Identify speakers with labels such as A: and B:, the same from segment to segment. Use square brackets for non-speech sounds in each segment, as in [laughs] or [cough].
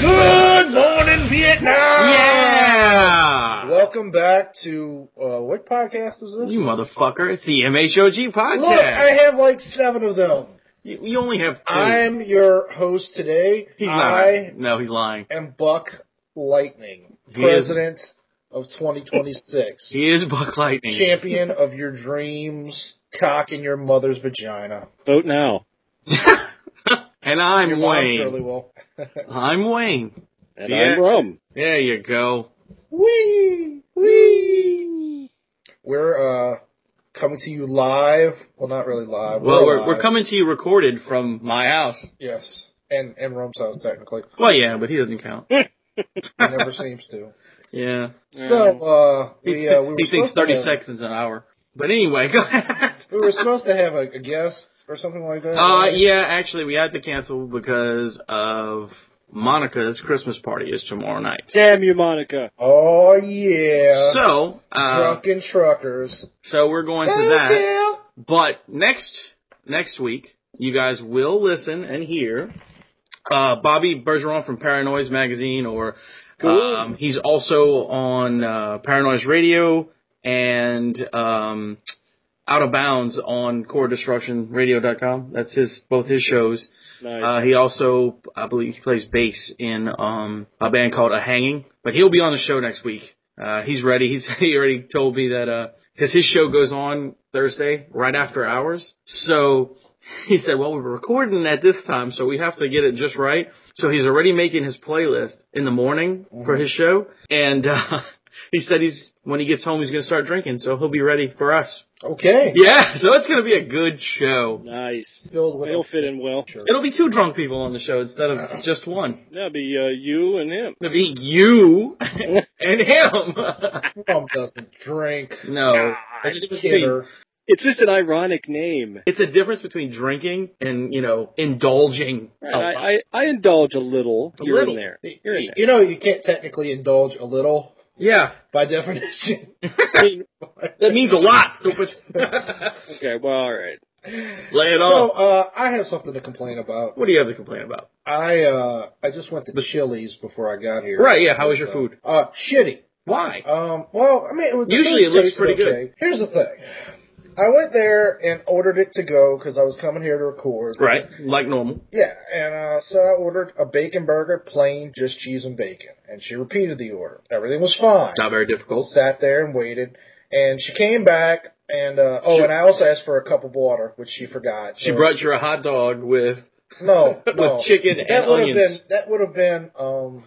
A: Good morning, Vietnam.
B: Yeah!
A: Welcome back to uh, what podcast is this?
B: You motherfucker. It's the MHOG podcast.
A: Look, I have like seven of them.
B: you, you only have 2
A: I'm your host today.
B: he's not.
A: I
B: No, he's lying.
A: am Buck Lightning,
B: He is-
A: president of 2026,
B: He is Buck Lightning.
A: champion of your dreams, cock in your mother's vagina.
C: Vote now.
B: and I'm
A: Your mom surely
B: Wayne.
A: will.
B: I'm Wayne.
C: And
B: Yeah.
C: I'm Rum.
B: There you go.
A: Wee wee. We're uh coming to you live. Well, not really live.
B: Well, we're,
A: live.
B: we're coming to you recorded from my house.
A: Yes, and and Rome's house technically.
B: Well, yeah, but he doesn't count.
A: He
B: [laughs]
A: never seems to.
B: Yeah.
A: So uh,
B: He,
A: we uh, we were
B: he thinks
A: supposed to
B: 30
A: have-
B: seconds an hour. But anyway, [laughs] go ahead.
A: We were supposed to have a, a guest or something like that.
B: Uh,
A: right?
B: yeah, actually, we had to cancel because of Monica's Christmas party is tomorrow night.
C: Damn you, Monica.
A: Oh yeah.
B: So, uh,
A: Drunken truckers.
B: so we're going to
A: Hell
B: that.
A: yeah.
B: But next, next week, you guys will listen and hear, uh, Bobby Bergeron from Paranoise Magazine or, um, he's also on, uh, Paranoise Radio and, um, Out of Bounds on CoreDestructionRadio.com. That's his, both his shows.
C: Nice.
B: Uh, he also, I believe, he plays bass in um, a band called A Hanging. But he'll be on the show next week. Uh, he's ready. He's [laughs] he already told me that because his show goes on Thursday right after ours. So [laughs] he said, "Well, we were recording at this time, so we have to get it just right." So he's already making his playlist in the morning for his show, and uh, [laughs] he said he's when he gets home he's going to start drinking, so he'll be ready for us.
A: Okay.
B: Yeah, so it's going to be a good show.
C: nice.
A: Filled with
C: They'll fit in well.
B: It'll be two drunk people on the show instead of just one.
C: That'll be uh, you and him.
B: to be you [laughs] and him.
A: Rum doesn't drink. [laughs]
B: no. It's a, difference between,
A: Kidder.
C: It's just an ironic name.
B: it's a difference between drinking and, you know, indulging.
C: And I, I, I indulge Oh, a little
B: A
C: here
B: little.
C: and there. Here and there.
A: You know you can't technically indulge a little
B: yeah.
A: by [laughs] definition.
C: I mean,
B: That means a
A: [laughs]
B: lot, stupid.
C: okay, well, all [laughs] right.
B: Lay it
A: so
B: on.
A: uh, I have something to complain about.
B: What do you have to complain about?
A: I uh, I just went to the Chili's before I got here.
B: Right, yeah. How was your food?
A: Uh, shitty.
B: Why?
A: Um, well, I mean, it was, the
B: Usually
A: food
B: it looks
A: tasted
B: pretty good.
A: okay. Here's the thing. I went there and ordered it to go because I was coming here to record.
B: Right. Like normal.
A: Yeah, and uh, so I ordered a bacon burger, plain, just cheese and bacon. And she repeated the order. Everything was fine.
B: Not very difficult.
A: Sat there and waited. And she came back, and uh, oh,
B: She-
A: and I also asked for a cup of water, which she forgot.
B: She
A: so-
B: brought you a hot dog with [laughs]
A: no,
B: with
A: no.
B: chicken
A: that
B: and
A: would have
B: onions.
A: been that would have been um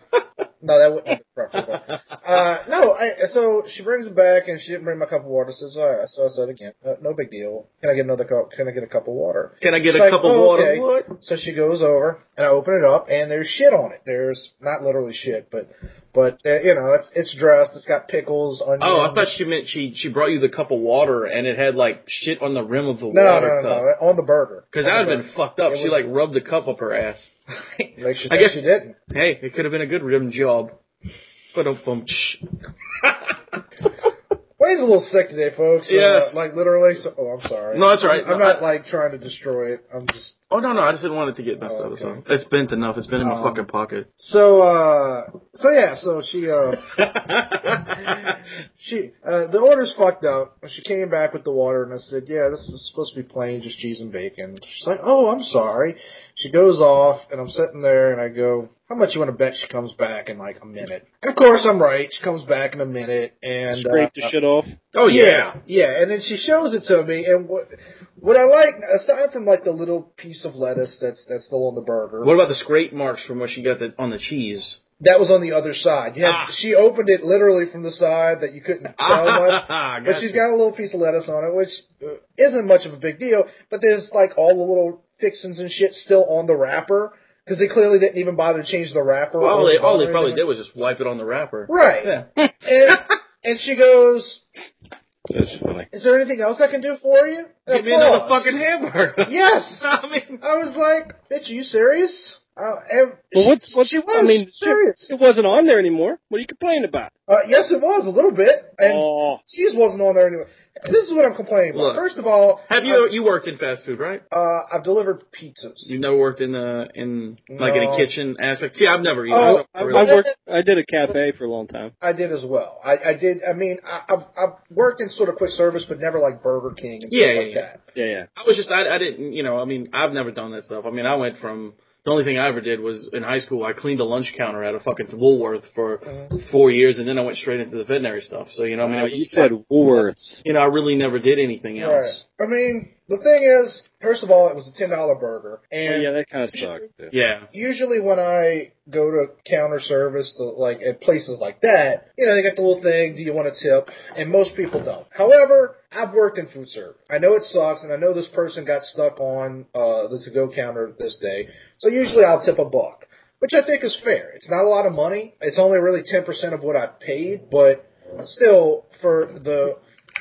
A: no that wouldn't have been preferable. Uh, no, I so she brings it back and she didn't bring my cup of water. So, I- so I said again, uh, no big deal. Can I get another cup? Can I get a cup of water?
B: Can I get
A: It's
B: a
A: like,
B: cup of
A: oh,
B: water?
A: okay.
B: What?
A: So she goes over and I open it up and there's shit on it. There's not literally shit, but but uh, you know it's it's dressed. It's got pickles, onions.
B: Oh, I thought she meant she she brought you the cup of water and it had like shit on the rim of the
A: no, no,
B: water
A: no,
B: cup.
A: no, on the burger.
B: Because
A: On
B: that
A: the
B: would have
A: burger.
B: been fucked up.
A: It
B: She
A: was-
B: like rubbed the cup up her [laughs] ass.
A: Like she,
B: I
A: guess
B: guess-
A: she didn't.
B: hey, it could have been a good rim job. But a bum.
A: Wayne's a little sick today, folks. so,
B: Yes.
A: Uh, like literally. So, oh, I'm sorry.
B: No, that's all right.
A: I'm
B: No,
A: not
B: I-
A: like trying to destroy it. I'm just
B: Oh no no, I just didn't want it to get messed
A: Oh,
B: up.
A: okay.
B: So it's bent enough. It's been in my
A: Um,
B: fucking pocket. [laughs]
A: so. uh So yeah. So she. uh She. uh The order's fucked up. She came back with the water, and I said, "Yeah, this is supposed to be plain, just cheese and bacon." She's like, "Oh, I'm sorry." She goes off, and I'm sitting there, and I go, "How much you want to bet she comes back in like a minute?" And of course, I'm right. She comes back in a minute, and
C: Scrape
A: uh,
C: the shit off.
B: oh yeah.
A: yeah, yeah. And then she shows it to me, and what what I like, aside from like the little piece of lettuce that's that's still on the burger,
B: What about the scrape marks from where she got the, on the cheese? [laughs]
A: that was on the other side. You had,
B: Ah.
A: She opened it literally from the side that you
B: [laughs]
A: couldn't tell much. But she's got a little piece of lettuce on it, which uh, isn't much of a big deal. But there's like all the little fixings and shit still on the wrapper because they clearly didn't even bother to change the wrapper.
B: Well, all
A: or
B: they,
A: the
B: all they
A: color or
B: probably did
A: anything.
B: was just wipe it on the wrapper.
A: right.
B: Yeah.
A: [laughs] and, and she goes,
C: That's funny.
A: "Is there anything else I can do for you?" And I
B: Give me another
A: paused.
B: [laughs] fucking hamburger.
A: Yes.
B: I mean,
A: I was like, "Bitch, are you serious?" Uh, and
C: Well, what's- what's-
A: she was
C: I mean, she-
A: serious.
C: It wasn't on there anymore. What are you complaining about?
A: Uh, yes, it was a little bit, and
C: Oh.
A: she just wasn't on there anyway. This is what I'm complaining about.
B: Look.
A: First of all,
B: Have you you worked in fast food, right?
A: I've, uh, I've delivered pizzas.
B: You've never worked in the in like in
A: No.
B: a kitchen aspect. See, I've never either.
A: Oh,
B: so
C: I,
B: really-
C: I worked. I did a cafe for a long time.
A: I did as well. I, I did. I mean, I, I've I've worked in sort of quick service, but never like Burger King and
B: Yeah,
A: stuff
B: yeah,
A: like
B: yeah.
A: that.
C: Yeah, yeah.
B: I was just I, I didn't you know I mean I've never done that stuff. I mean I went from the only thing I ever did was in high school I cleaned a lunch counter at a fucking Woolworth for four years and then I went straight into the veterinary stuff. So you know I mean
C: Uh,
B: I-
C: you said Woolworths.
B: you know I really never did anything else.
A: Right. I mean, the thing is, first of all, it was a ten dollar burger, and
C: Oh, yeah, that kind of sucks. Dude.
B: Yeah.
A: usually when I go to counter service, to, like at places like that, you know, they got the little thing, do you want a tip? And most people don't. However, I've worked in food service. I know it sucks, and I know this person got stuck on uh, the to-go counter this day. So usually I'll tip a buck, which I think is fair. It's not a lot of money. It's only really 10% of what I paid, but still, for the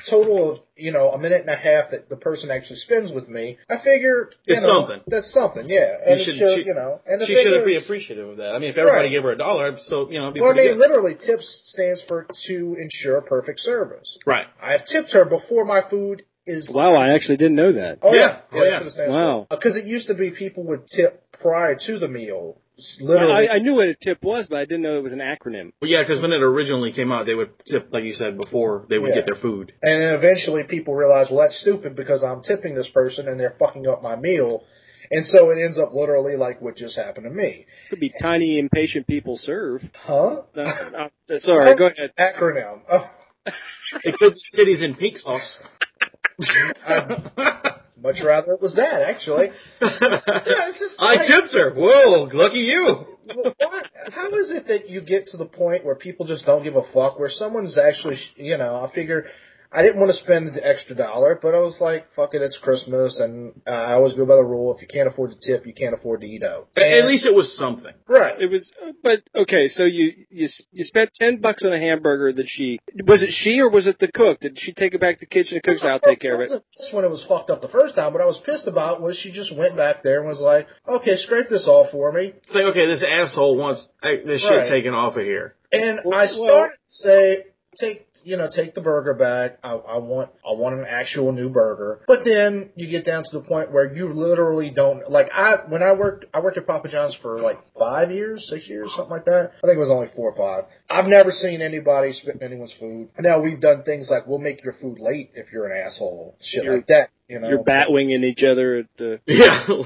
A: total of, you know, a minute and a half that the person actually spends with me, I figure, you
B: It's
A: know,
B: something.
A: that's something, yeah. And
B: should-
A: it should,
B: she-
A: you know, and the
B: She
A: thing
B: should
A: is-
B: be appreciative of that. I mean, if everybody
A: Right.
B: gave her a dollar, so you know, it'd be
A: well, I
B: pretty
A: mean,
B: good.
A: literally, TIPS stands for to ensure perfect service.
B: Right.
A: I have tipped her before my food is.
C: [laughs] Wow, I actually didn't know that.
A: Oh,
B: Yeah.
A: yeah.
B: Oh, yeah.
C: Wow.
A: Because Uh, it used to be people would tip prior to the meal. It's Literally.
C: I, I knew what a tip was, but I didn't know it was an acronym.
B: Well, yeah, because when it originally came out, they would tip like you said before they would
A: Yeah.
B: get their food.
A: and then eventually people realize, well, that's stupid because I'm tipping this person and they're fucking up my meal. And so it ends up literally like what just happened to me.
C: Could be tiny impatient people serve.
A: Huh?
C: No, [laughs] no, sorry, go ahead.
A: Acronym. Oh,
B: Because cities in pink sauce. [laughs]
A: much rather it was that, actually.
B: [laughs]
A: Yeah, it's just
B: I
A: like-
B: tipped her. Whoa, lucky you.
A: Well, why, how is it that you get to the point where people just don't give a fuck? Where someone's actually, sh- you know, I figure I didn't want to spend the extra dollar, but I was like, fuck it, it's Christmas, and uh, I always go by the rule: if you can't afford to tip, you can't afford to eat out.
B: A- At
A: And-
B: least it was something.
A: right?
C: It was, but okay. So you you s- you spent ten bucks on a hamburger that she was it she or was it the cook? Did she take it back to the kitchen? The cook said, "I'll take care of it."
A: That's when it was fucked up the first time. What I was pissed about was she just went back there and was like, okay, scrape this off for me,
B: It's like, okay, this asshole wants uh, this shit
A: Right.
B: taken off of here. [laughs]
A: and
C: Well,
A: I
C: well-
A: started to say. Take you know, take the burger back. I, I want I want an actual new burger. But then you get down to the point where you literally don't like I when I worked I worked at Papa John's for like five years, six years, something like that. I think it was only four or five. I've never seen anybody spit in anyone's food. Now we've done things like we'll make your food late if you're an asshole, shit
C: You're-
A: like that. You know,
C: [laughs] You're bat winging each other at the. uh,
B: Yeah.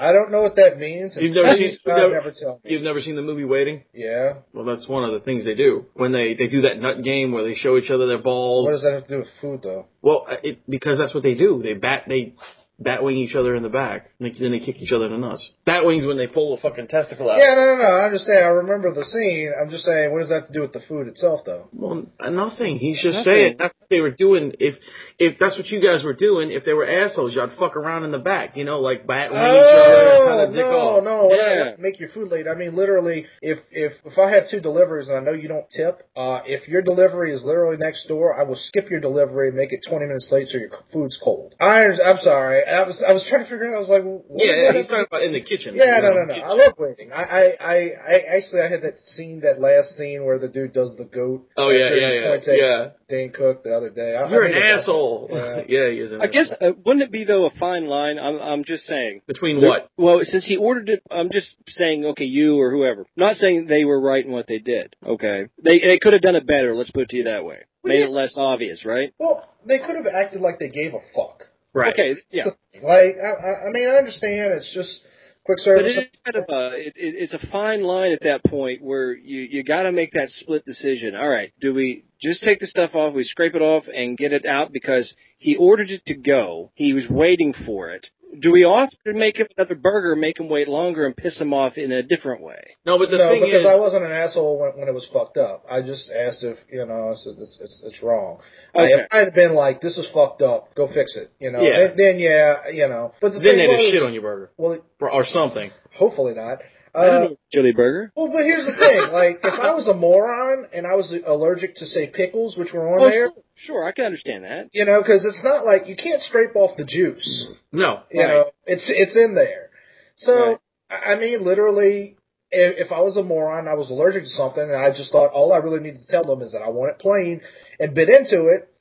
A: I don't know what that means.
B: You've never seen-
A: Please, God,
B: you've never-
A: never tell me.
B: You've never seen the movie Waiting?
A: Yeah.
B: Well, that's one of the things they do when they they do that nut game where they show each other their balls.
A: What does that have to do with food though?
B: Well, uh, it, because that's what they do. They bat they bat wing each other in the back, and they, then they kick each other in the nuts. Bat wings when they pull a fucking testicle out.
A: Yeah, no, no, no. I understand. I remember the scene. I'm just saying, what does that have to do with the food itself, though?
B: Well, n- nothing. He's just
C: Nothing.
B: saying that's what they were doing. If if that's what you guys were doing, if they were assholes, y'all'd fuck around in the back, you know, like bat wing each other, kind
A: Oh
B: of dick
A: no,
B: off.
A: no! When I-
C: Yeah.
A: when I make your food late. I mean, literally, if if if I have two deliveries and I know you don't tip, uh, if your delivery is literally next door, I will skip your delivery and make it 20 minutes late so your food's cold. I I'm sorry. I was I was trying to figure out. I was like, what does that
B: Yeah,
A: have
B: he's
A: to
B: talking about in the
A: [laughs]
B: kitchen.
A: Yeah,
B: you
A: no,
B: know,
A: no, no. I
B: kitchen.
A: love waiting. I, I, I, I actually I had that scene, that last scene where the dude does the goat.
B: Oh yeah,
A: during
B: yeah,
A: the
B: yeah,
A: point take
B: yeah.
A: Dane Cook the other day. I,
B: You're
A: I
B: an
A: made a-
B: asshole.
A: Yeah.
B: [laughs] yeah, he is. An
C: I guess
B: asshole.
C: uh, wouldn't it be though a fine line? I'm I'm just saying.
B: between what?
C: Well, since he ordered it, I'm just saying, okay, you or whoever. Not saying they were right in what they did. Okay, they they could have done it better. Let's put it to you that way.
A: Well,
C: Made
A: yeah.
C: it less obvious, right?
A: Well, they could have acted like they gave a fuck.
B: Right.
C: Okay, yeah.
A: Like, I, I, I mean, I understand. It's just quick
C: But
A: service.
C: it is kind of a it, it, it's a fine line at that point where you you got to make that split decision. All right, do we just take the stuff off, we scrape it off, and get it out because he ordered it to go. He was waiting for it. Do we offer to make him another burger, make him wait longer, and piss him off in a different way?
B: No, but the
A: no,
B: thing
A: because
B: is,
A: I wasn't an asshole when, when it was fucked up. I just asked if you know, I said it's it's, it's wrong.
C: Okay.
A: I, if I had been like, this is fucked up. Go fix it. You know.
B: Yeah.
A: Then, then yeah, you know. But the
B: then
A: thing
B: they'd have
A: was,
B: shit on your burger
A: well,
B: or, or something.
A: hopefully not.
C: I don't
A: Uh,
C: know, chili burger.
A: Well, but here's the thing. Like, if I was a moron and I was allergic to, say, pickles, which were on
C: Oh,
A: there,
C: sure, sure, I can understand that.
A: you know, because it's not like you can't scrape off the juice.
B: No,
A: You know, it's it's in there. So
C: Right.
A: I I mean, literally, if, if I was a moron, I was allergic to something, and I just thought all I really need to tell them is that I want it plain and bit into it,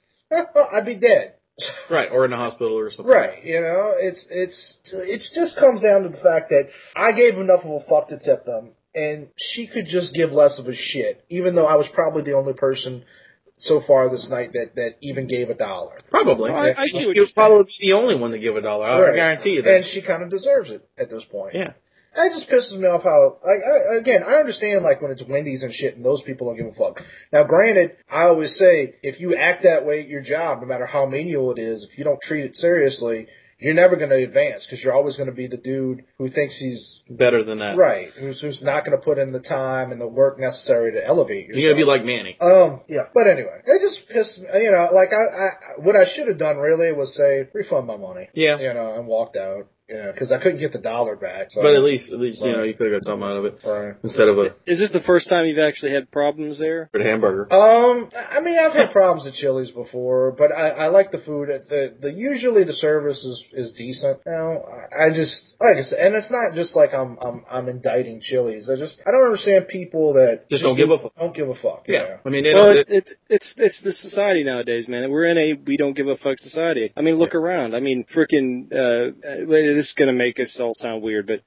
A: [laughs] I'd be dead.
B: Right, or in a hospital or something.
A: Right, you know, it's it's it just comes down to the fact that I gave enough of a fuck to tip them, and she could just give less of a shit, even though I was probably the only person so far this night that that even gave a dollar.
B: Probably.
C: Oh, I- I see what
B: You'll
C: you're saying.
B: probably be the only one to give a dollar. I
A: Right.
B: guarantee you
A: And
B: that.
A: she kind of deserves it at this point.
B: Yeah.
A: That just pisses me off how, like, I, again, I understand, like, when it's Wendy's and shit and those people don't give a fuck. Now, granted, I always say, if you act that way at your job, no matter how menial it is, if you don't treat it seriously, you're never going to advance because you're always going to be the dude who thinks he's
B: Better than that.
A: right, who's, who's not going to put in the time and the work necessary to elevate yourself.
B: You gotta be like Manny.
A: Um, yeah. But anyway, it just pissed me, you know, like, I, I, what I should have done really was say, refund my money,
B: Yeah.
A: you know, and walked out, you know, because I couldn't get the dollar back. So,
B: But at least, at least you
A: Right.
B: know, you could have got something out of it
A: Right.
B: instead of a
C: Is this the first time you've actually had problems there?
B: good hamburger.
A: Um, I mean, I've had problems at Chili's before, but I, I like the food. The, the usually the service is is decent. Now, I I just like I said, and it's not just like I'm I'm I'm indicting Chili's. I just I don't understand people that
B: Just don't give a fuck.
A: Don't give a fuck.
B: Yeah. I mean, they
C: Well,
B: don't.
C: it's, it's it's it's the society nowadays, man. We're in a we don't give a fuck society. I mean, look around. I mean, freaking. Uh, uh, this is gonna make us all sound weird, but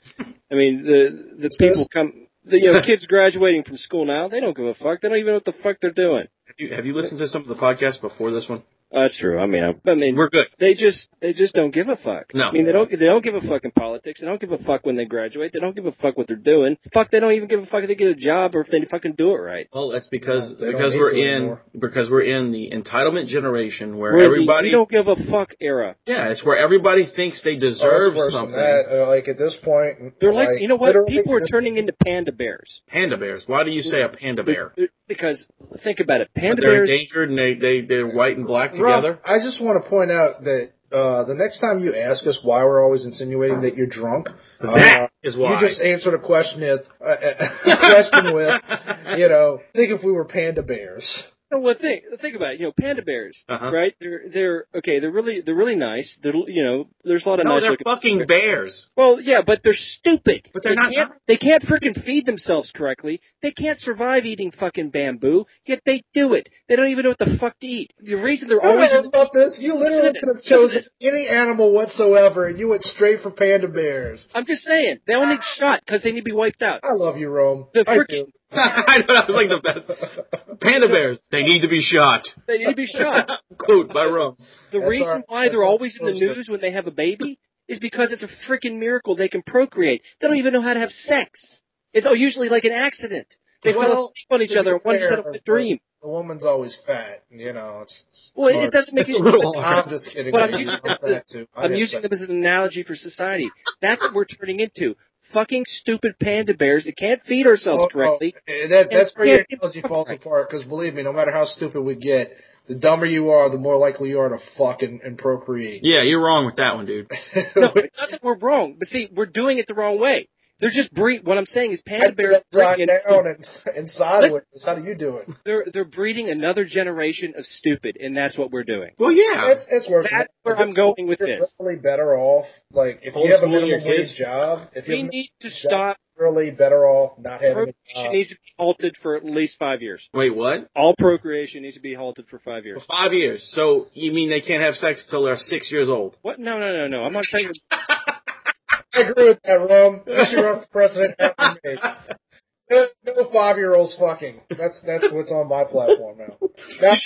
C: I mean, the the
A: Sis?
C: people come. The,
B: [laughs]
C: you know, kids graduating from school now, they don't give a fuck. They don't even know what the fuck they're doing.
B: have, you, have you listened to some of the podcasts before this one?
C: Uh, that's true. I mean, I, I mean,
B: We're good.
C: they just they just don't give a fuck.
B: No.
C: I mean, they don't they don't give a fuck in politics. They don't give a fuck when they graduate. They don't give a fuck what they're doing. Fuck, they don't even give a fuck if they get a job or if they fucking do it right.
B: Well, that's because
A: They don't
B: because
A: need
B: we're
A: to
B: in
A: anymore.
B: because we're in the entitlement generation where
C: We're the
B: everybody
C: we don't give a fuck era.
B: yeah, it's where everybody thinks they
A: Oh, it's
B: deserve
A: worse than
B: something.
A: that. Uh, like at this point,
C: They're like, you know what?
A: literally-
C: People are turning into panda bears.
B: Panda bears. Why do you say a panda bear?
C: They're- Because think about it, panda
B: they're
C: bears.
B: endangered and they they they're white and black
A: Rob,
B: together.
A: I just want to point out that uh, the next time you ask us why we're always insinuating that you're drunk, uh,
B: Ah. That is why.
A: You
B: [laughs]
A: just answered a question with, uh, [laughs] a question with,
B: Uh-huh.
A: you know, think if we were panda bears.
C: No, well, think think about it. You know, panda bears,
B: Uh-huh.
C: right? They're they're okay. They're really they're really nice. They're you know, there's a lot of
B: no,
C: nice
B: they're
C: looking.
B: fucking bears. [laughs]
C: Well, yeah, but they're stupid.
B: But they're
C: they
B: not-
C: Can't, they can't freaking feed themselves correctly. They can't survive eating fucking bamboo. Yet they do it. They don't even know what the fuck to eat. The reason they're always in the-
A: about this. You literally
C: Listen to
A: could have
C: this. Listen to
A: chosen any animal whatsoever, and you went straight for panda bears.
C: I'm just saying they only get shot because they need to be wiped out.
A: I love you, Rome.
C: The
A: I
C: freaking
A: do.
B: I know that was like the best. Panda bears. They need to be shot.
C: they need to be shot.
B: Quote by Rome.
C: The
A: That's
C: reason
A: our-
C: why
A: that's
C: they're
A: our
C: always in the
A: poster.
C: news when they have a baby is because it's a freaking miracle they can procreate. They don't even know how to have sex. It's all usually like an accident. They fell
A: Well,
C: asleep on each
A: to be
C: other and one just had
A: fair,
C: a dream.
A: The woman's always fat, and, you know. It's, it's
C: Well, it
A: hard.
C: doesn't make
B: It's
C: any
B: a little hard.
A: I'm just kidding.
C: But I'm
A: ladies.
C: using-
A: I'm fat too. I
C: I'm
A: didn't
C: using
A: say-
C: them as an analogy for society. That's what we're turning into. Fucking stupid panda bears that can't feed ourselves
A: Oh,
C: correctly.
A: oh, eh, that, that's where your
C: Yeah.
A: analogy falls apart. Because believe me, no matter how stupid we get, the dumber you are, the more likely you are to fuck and, and procreate.
B: Yeah, you're wrong with that one, dude.
C: [laughs] No, it's not that we're wrong, but see, we're doing it the wrong way. They're just breed. What I'm saying is panda bears
A: Upside
C: breeding it-
A: down and, and sideways.
C: Listen.
A: How do you do it?
C: they're they're breeding another generation of stupid, and that's what we're doing.
B: Well, yeah.
A: It's it's worse.
C: That's where I'm going with
A: you're
C: this.
A: literally better off. Like if you have a
B: Homeschooling your
A: minimum wage
B: kids?
A: job, if
C: We
A: you're
C: need to stop.
A: literally better off not having a
C: Procreation
A: job.
C: needs to be halted for at least five years.
B: Wait, what?
C: All procreation needs to be halted for five years.
B: For five years. So you mean they can't have sex until they're six years old?
C: What? No, no, no, no. I'm not saying.
A: I agree with that, Rome. You should run for president after
C: [laughs]
A: me. No, no five-year-olds fucking. That's that's what's on my platform now. now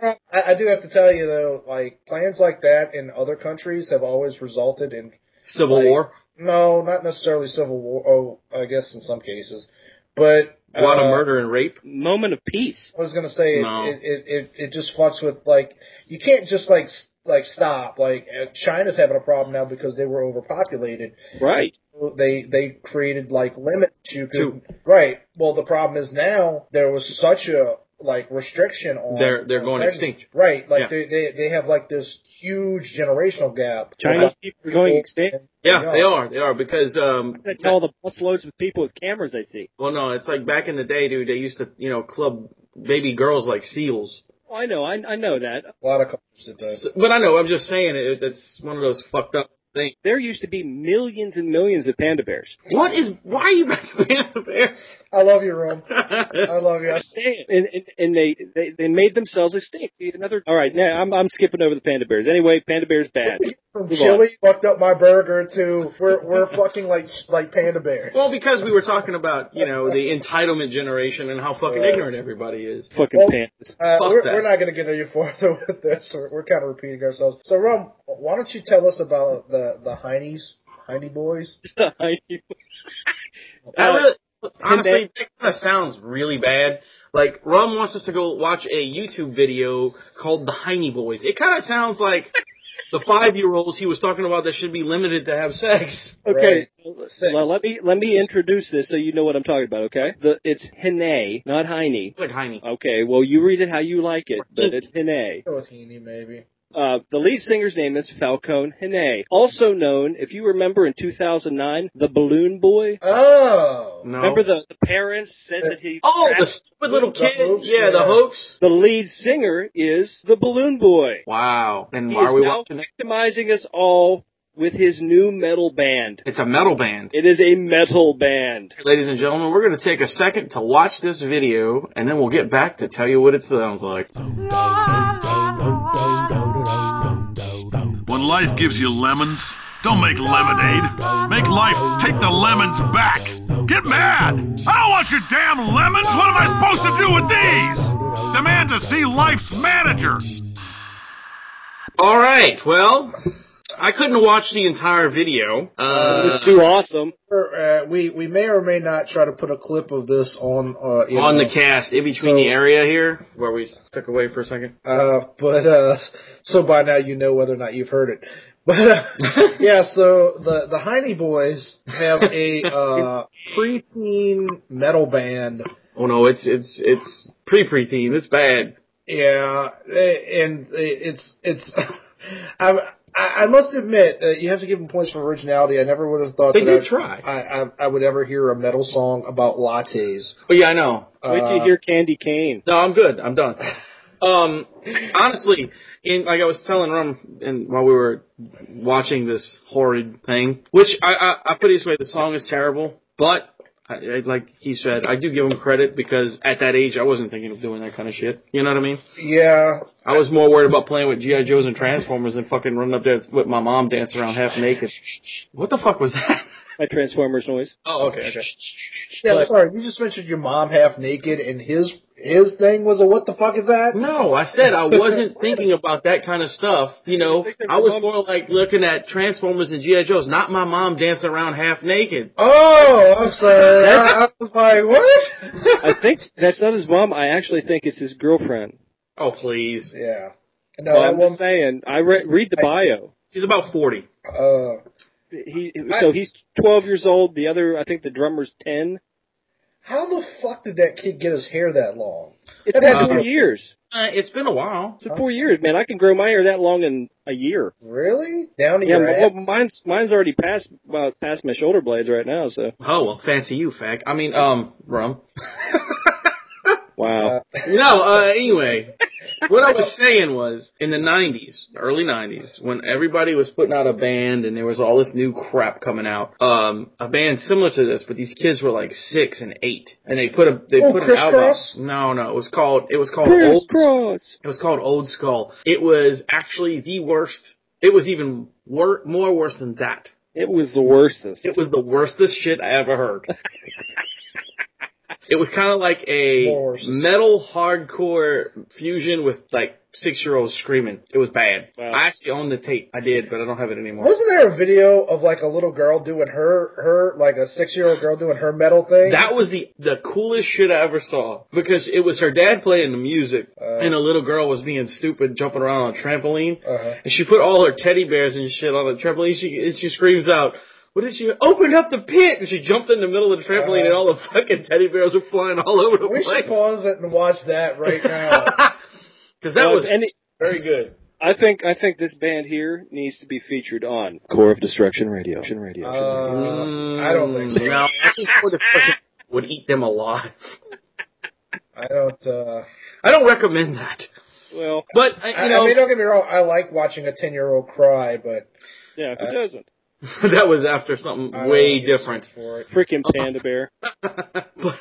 A: Rob, I, I do have to tell you though, like plans like that in other countries have always resulted in
B: Civil
A: Like,
B: War?
A: no, not necessarily civil war. Oh, I guess in some cases, but
B: A lot
A: uh,
B: of murder and rape?
C: Moment of peace.
A: I was gonna say it,
B: No.
A: it, it, it, it just fucks with like you can't just like s- like stop like uh, China's having a problem now because they were overpopulated.
C: Right.
A: They they created like limits you could right. Well, the problem is now there was such a like restriction on
B: They're- they're
A: on
B: going
A: pregnancy.
B: extinct.
A: Right, like
B: Yeah.
A: they, they they have like this huge generational gap.
C: Chinese people are going extinct.
B: Yeah, they are. They are because um.
C: I'm going to tell the busloads of people with cameras they see.
B: Well, no, it's like back in the day, dude. They used to, you know, club baby girls like seals.
C: Oh, I know. I, I know that.
A: A lot of cultures did that.
B: S- But I know. I'm just saying it, it's one of those fucked up thing.
C: There used to be millions and millions of panda bears.
B: What is? Why are you back to Panda Bear?
A: I love you, Rome. I love you.
C: I'm saying, and, and, and they, they they made themselves extinct. See, Another. All right, now I'm I'm skipping over the panda bears. Anyway, panda bears bad.
A: From
C: Move
A: chili fucked up my burger to we're we're fucking like like panda bears.
B: [laughs] well, because we were talking about you know the entitlement generation and how fucking ignorant everybody is.
C: Fucking
A: Well,
C: pandas. [laughs]
A: Uh,
B: Fuck
A: we're,
B: that.
A: we're not going to get any further [laughs] with this. We're, we're kind of repeating ourselves. So, Rom, why don't you tell us about the the Heinies, Heine boys?
B: I
C: Uh,
B: really, honestly,
C: and
B: that kind of sounds really bad. Like Rum wants us to go watch a YouTube video called The Heiny Boys. It kind of sounds like [laughs] the five-year-olds he was talking about that should be limited to have sex.
C: Okay,
A: Six.
C: well, let me let me introduce this so you know what I'm talking about. Okay, the, it's Hine, not Heine.
B: It's like Heiny.
C: Okay, well you read it how you like it, but it's Hine.
A: Go with Heine, maybe.
C: Uh, the lead singer's name is Falcone Hine, also known, if you remember, in 2009, the Balloon Boy.
A: Oh,
B: No.
C: Remember the, the parents said that he.
B: oh the
C: the,
B: stupid little
A: The
B: kid.
A: hoax,
B: yeah, the
A: yeah.
B: hoax.
C: lead singer is the Balloon Boy.
B: Wow. And
C: He
B: why
C: is
B: Hmm, are we
C: now
B: watching it?
C: victimizing us all with his new metal band.
B: It's a metal band.
C: It is a metal band.
B: Ladies and gentlemen, we're going to take a second to watch this video, and then we'll get back to tell you what it sounds like.
D: When life gives you lemons, don't make lemonade. Make life take the lemons back. Get mad! I don't want your damn lemons! What am I supposed to do with these? Demand to see life's manager!
B: All right. Well, I couldn't watch the entire video.
C: it was
B: Uh,
C: too awesome.
A: We're, uh, we we may or may not try to put a clip of this on uh, you
B: on
A: know,
B: the cast, in between
A: So-
B: the area here where we took away for a second.
A: Uh, but uh, so by now you know whether or not you've heard it. [laughs] But uh, yeah, so the the Heine boys have a uh, preteen metal band.
B: Oh no, it's it's it's pre preteen. It's bad.
A: Yeah, eh, and eh, it's it's. [laughs] I'm, I I must admit, uh, you have to give them points for originality. I never would have thought
B: They
A: that
B: did
A: I,
B: try.
A: I, I I would ever hear a metal song about lattes.
B: But Oh, yeah, I know.
C: Wait till you
A: Uh,
C: hear Candy Cane.
B: No, I'm good. I'm done. Um, honestly, in like I was telling Rum, and while we were watching this horrid thing, which I I, I put it this way, the song is terrible, but. I, I, like he said, I do give him credit because at that age I wasn't thinking of doing that kind of shit. You know what I mean?
A: Yeah,
B: I was more worried about playing with GI Joes and Transformers than fucking running up there with my mom dancing around half naked. What the fuck was that?
C: My Transformers noise.
B: Oh, okay, okay.
A: yeah.
B: But-
A: sorry, you just mentioned your mom half naked, and his his thing was a what the fuck is that?
B: No, I said I wasn't thinking about that kind of stuff. You know, I was more like looking at Transformers and GI Joes, not my mom dancing around half naked.
A: Oh, I'm sorry. I, I was like, what? [laughs]
C: I think that's not his mom. I actually think it's his girlfriend.
B: Oh please,
A: yeah. No,
C: Well,
A: that
C: I'm
A: one-
C: just saying. I re- read the bio.
B: she's about forty.
A: Uh,
C: He so he's 12 years old. The other, I think, the drummer's 10.
A: how the fuck did that kid get his hair that long?
C: It's
A: That had
C: been
A: to
C: four
A: be-
C: years.
B: Uh, it's been a while.
C: It's been four years, man. I can grow my hair that long in a year.
A: Really? Down to
C: Yeah,
A: your
C: well,
A: ass?
C: mine's mine's already past well past my shoulder blades right now. So
B: Oh well, fancy you, fact. I mean, um, rum.
C: wow.
B: No, uh, anyway, what I was saying was in the 90s, early 90s, when everybody was putting out a band and there was all this new crap coming out, um, a band similar to this, but these kids were like six and eight, and they put a they
A: Oh,
B: put an
A: Criss
B: album.
A: Cross?
B: No, no, it was called it was called
C: Criss
B: Old
C: cross.
B: it was called Old Skull. It was actually the worst. It was even wor- more worse than that.
C: It was the worstest.
B: It was the worstest shit I ever heard. it was kind of like a
A: Worst.
B: metal hardcore fusion with like six year olds screaming. It was bad.
C: Wow.
B: I actually own the tape. I did, but I don't have it anymore.
A: Wasn't there a video of like a little girl doing her her like a six year old girl doing her metal thing?
B: That was the the coolest shit I ever saw because it was her dad playing the music and a little girl was being stupid jumping around on a trampoline
A: Uh-huh.
B: and she put all her teddy bears and shit on the trampoline. She and she screams out. What did she open up the pit? And she jumped in the middle of the trampoline, and all the fucking teddy bears were flying all over the
A: Uh-huh. we should
B: place. [laughs]
A: pause it and watch that right now.
B: Because that
C: Well,
B: was
C: any-
B: very good.
C: I think I think this band here needs to be featured on Core of Destruction Radio. Destruction Radio.
A: uh, I don't think so. [laughs]
B: No, I think Ford the fucking would eat them alive.
A: I don't. Uh,
B: I don't recommend that.
C: Well,
B: But I-
A: I,
B: you know,
A: I mean, don't get me wrong. I like watching a ten year old cry, but
C: Yeah, who doesn't?
B: [laughs] that was after something
A: I
B: way
A: don't know,
B: different.
A: For it.
C: Freaking panda bear.
B: but,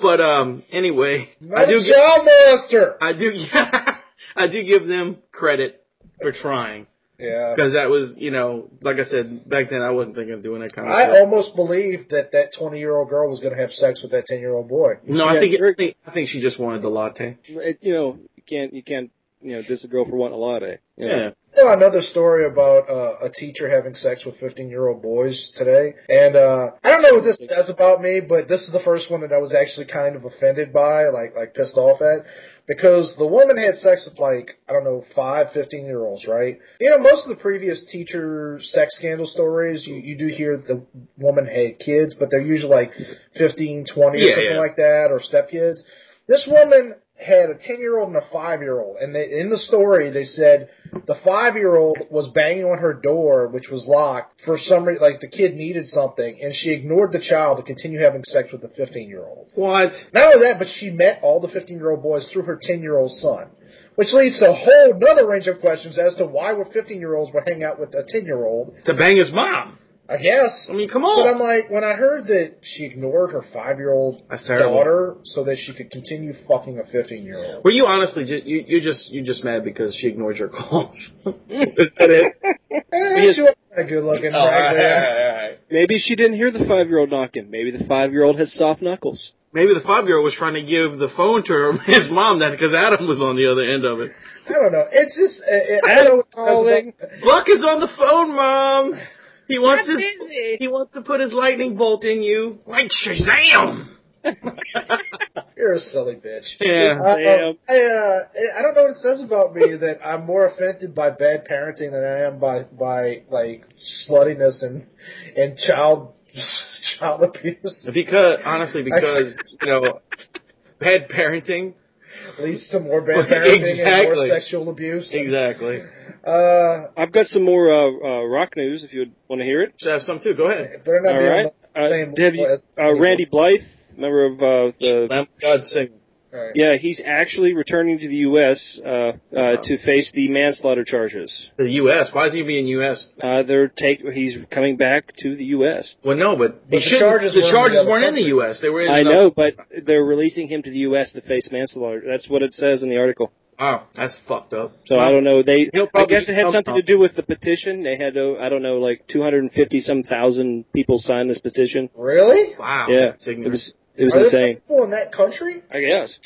B: but um, anyway, I
A: Not
B: do
A: a
B: gi-
A: job master.
B: I do [laughs] yeah, I do give them credit for trying
A: Yeah.
B: because that was you know like I said back then I wasn't thinking of doing that kind of
A: I
B: stuff.
A: almost believed that that 20 year old girl was going to have sex with that 10 year old boy.
B: No, I
C: Yeah,
B: think I
C: you're-
B: think I think she just wanted the latte.
C: It, you know, you can't you can't you know diss a girl for wanting a latte. You know.
B: Yeah,
A: Saw another story about uh, a teacher having sex with 15 year old boys today. And uh, I don't know what this says about me, but this is the first one that I was actually kind of offended by, like, like pissed off at. Because the woman had sex with, like, I don't know, five 15 year olds, right? You know, most of the previous teacher sex scandal stories, you, you do hear the woman had kids, but they're usually like 15, 20 or
B: Yeah,
A: something
B: yeah.
A: like that, or stepkids. This woman had a 10 year old and a 5 year old. And they, in the story, they said the 5 year old was banging on her door, which was locked for some reason, like the kid needed something, and she ignored the child to continue having sex with the 15 year old.
B: what?
A: Not only that, but she met all the 15 year old boys through her 10 year old son. Which leads to a whole nother range of questions as to why would 15 year olds would hang out with a 10 year old.
B: To bang his mom?
A: I guess.
B: I mean, oh. come
A: But I'm
B: on.
A: like, when I heard that she ignored her five year old
B: That's terrible.
A: daughter so that she could continue fucking a 15 year old.
B: Were you honestly just you you just you just mad because she ignored your calls? [laughs] Is that it?
A: Eh, she wasn't that good looking
B: [laughs] Oh, all right, all
A: back then.
B: right, all right.
C: Maybe she didn't hear the five year old knocking. Maybe the five year old has soft knuckles.
B: Maybe the five year old was trying to give the phone to her, [laughs] his mom that because Adam was on the other end of it.
A: I don't know. It's just. It, it, I don't know what
C: Calling.
B: Buck is on the phone, mom. He wants his, he wants to put his lightning bolt in you like Shazam.
A: You're a silly bitch.
B: Yeah.
A: Uh,
C: Damn.
A: I, uh, I don't know what it says about me [laughs] that I'm more offended by bad parenting than I am by by like sluttiness and and child [laughs] child abuse
B: Because honestly, because you know, bad parenting.
A: leads to more
C: [laughs]
A: bad parenting and more
B: Exactly.
A: sexual abuse.
B: Exactly.
A: Uh,
C: I've got some more uh, uh, rock news if you'd want to hear it.
B: Should I have some too. Go ahead.
A: better not
C: All
A: be on
C: right.
A: the same
C: Uh, have you-
A: level as-
C: uh, Randy Blythe, member of uh, the
B: Lamb of God sing.
A: All right.
C: Yeah, he's actually returning to the U.S. Uh, uh, to face the manslaughter charges.
B: The U.S. Why is he being U.S.?
C: Uh, they're take. He's coming back to the U.S.
B: Well, no, but, he
A: the
B: shouldn't-
A: charges
B: the
A: were in
B: charges
A: the other
B: weren't in the
A: country.
B: U.S. They were in.
C: I
B: the-
C: know, but they're releasing him to the U.S. to face manslaughter. That's what it says in the article.
B: Wow, that's fucked up.
C: So I don't know. They.
B: He'll
C: I
B: probably
C: guess it had
B: get
C: something to
B: some-
C: do with the petition. They had. Uh, I don't know, like 250 some thousand people signed this petition.
A: Really?
B: Wow.
C: yeah,
B: that's
C: it
B: ignorant.
C: was. It was
A: Are there
C: insane.
A: people in that country?
C: I guess.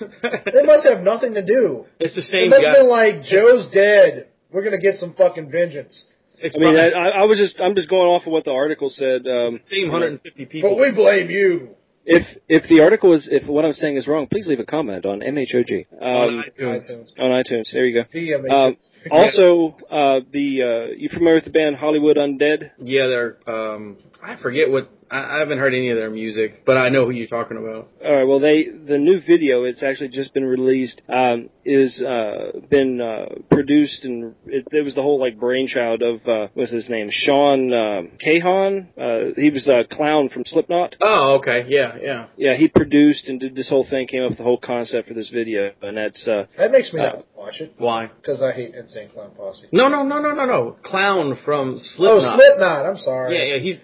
A: They must have nothing to do.
B: [laughs] it's the
A: It
B: same
A: must have
B: guy.
A: been like Joe's dead. We're gonna get some fucking vengeance.
B: It's
C: I mean,
B: probably
C: I, I I was just. I'm just going off of what the article said. Um,
B: the same 150 people.
A: But we blame you.
C: If if the article is if what I'm saying is wrong, please leave a comment on MHOG
B: on
C: um,
B: iTunes.
A: iTunes.
C: on iTunes. There you go.
A: The
C: Um,
A: amazing.
C: also, uh, the uh, you familiar with the band Hollywood Undead?
B: Yeah, they're. Um, I forget what. I, I haven't heard any of their music, but I know who you're talking about.
C: All right. Well, they the new video. It's actually just been released. Um, is uh, been uh, produced and it, it was the whole like brainchild of uh, what's his name Sean um, Cahan. Uh, he was a clown from Slipknot.
B: Oh, okay. Yeah, yeah.
C: Yeah, he produced and did this whole thing. Came up with the whole concept for this video, and that's uh,
A: that makes me not watch it
B: Why?
A: because I hate Insane Clown Posse.
B: No, no, no, no, no, no. Clown from
A: Oh,
B: Slipknot.
A: Slipknot. I'm sorry.
B: Yeah, yeah. He's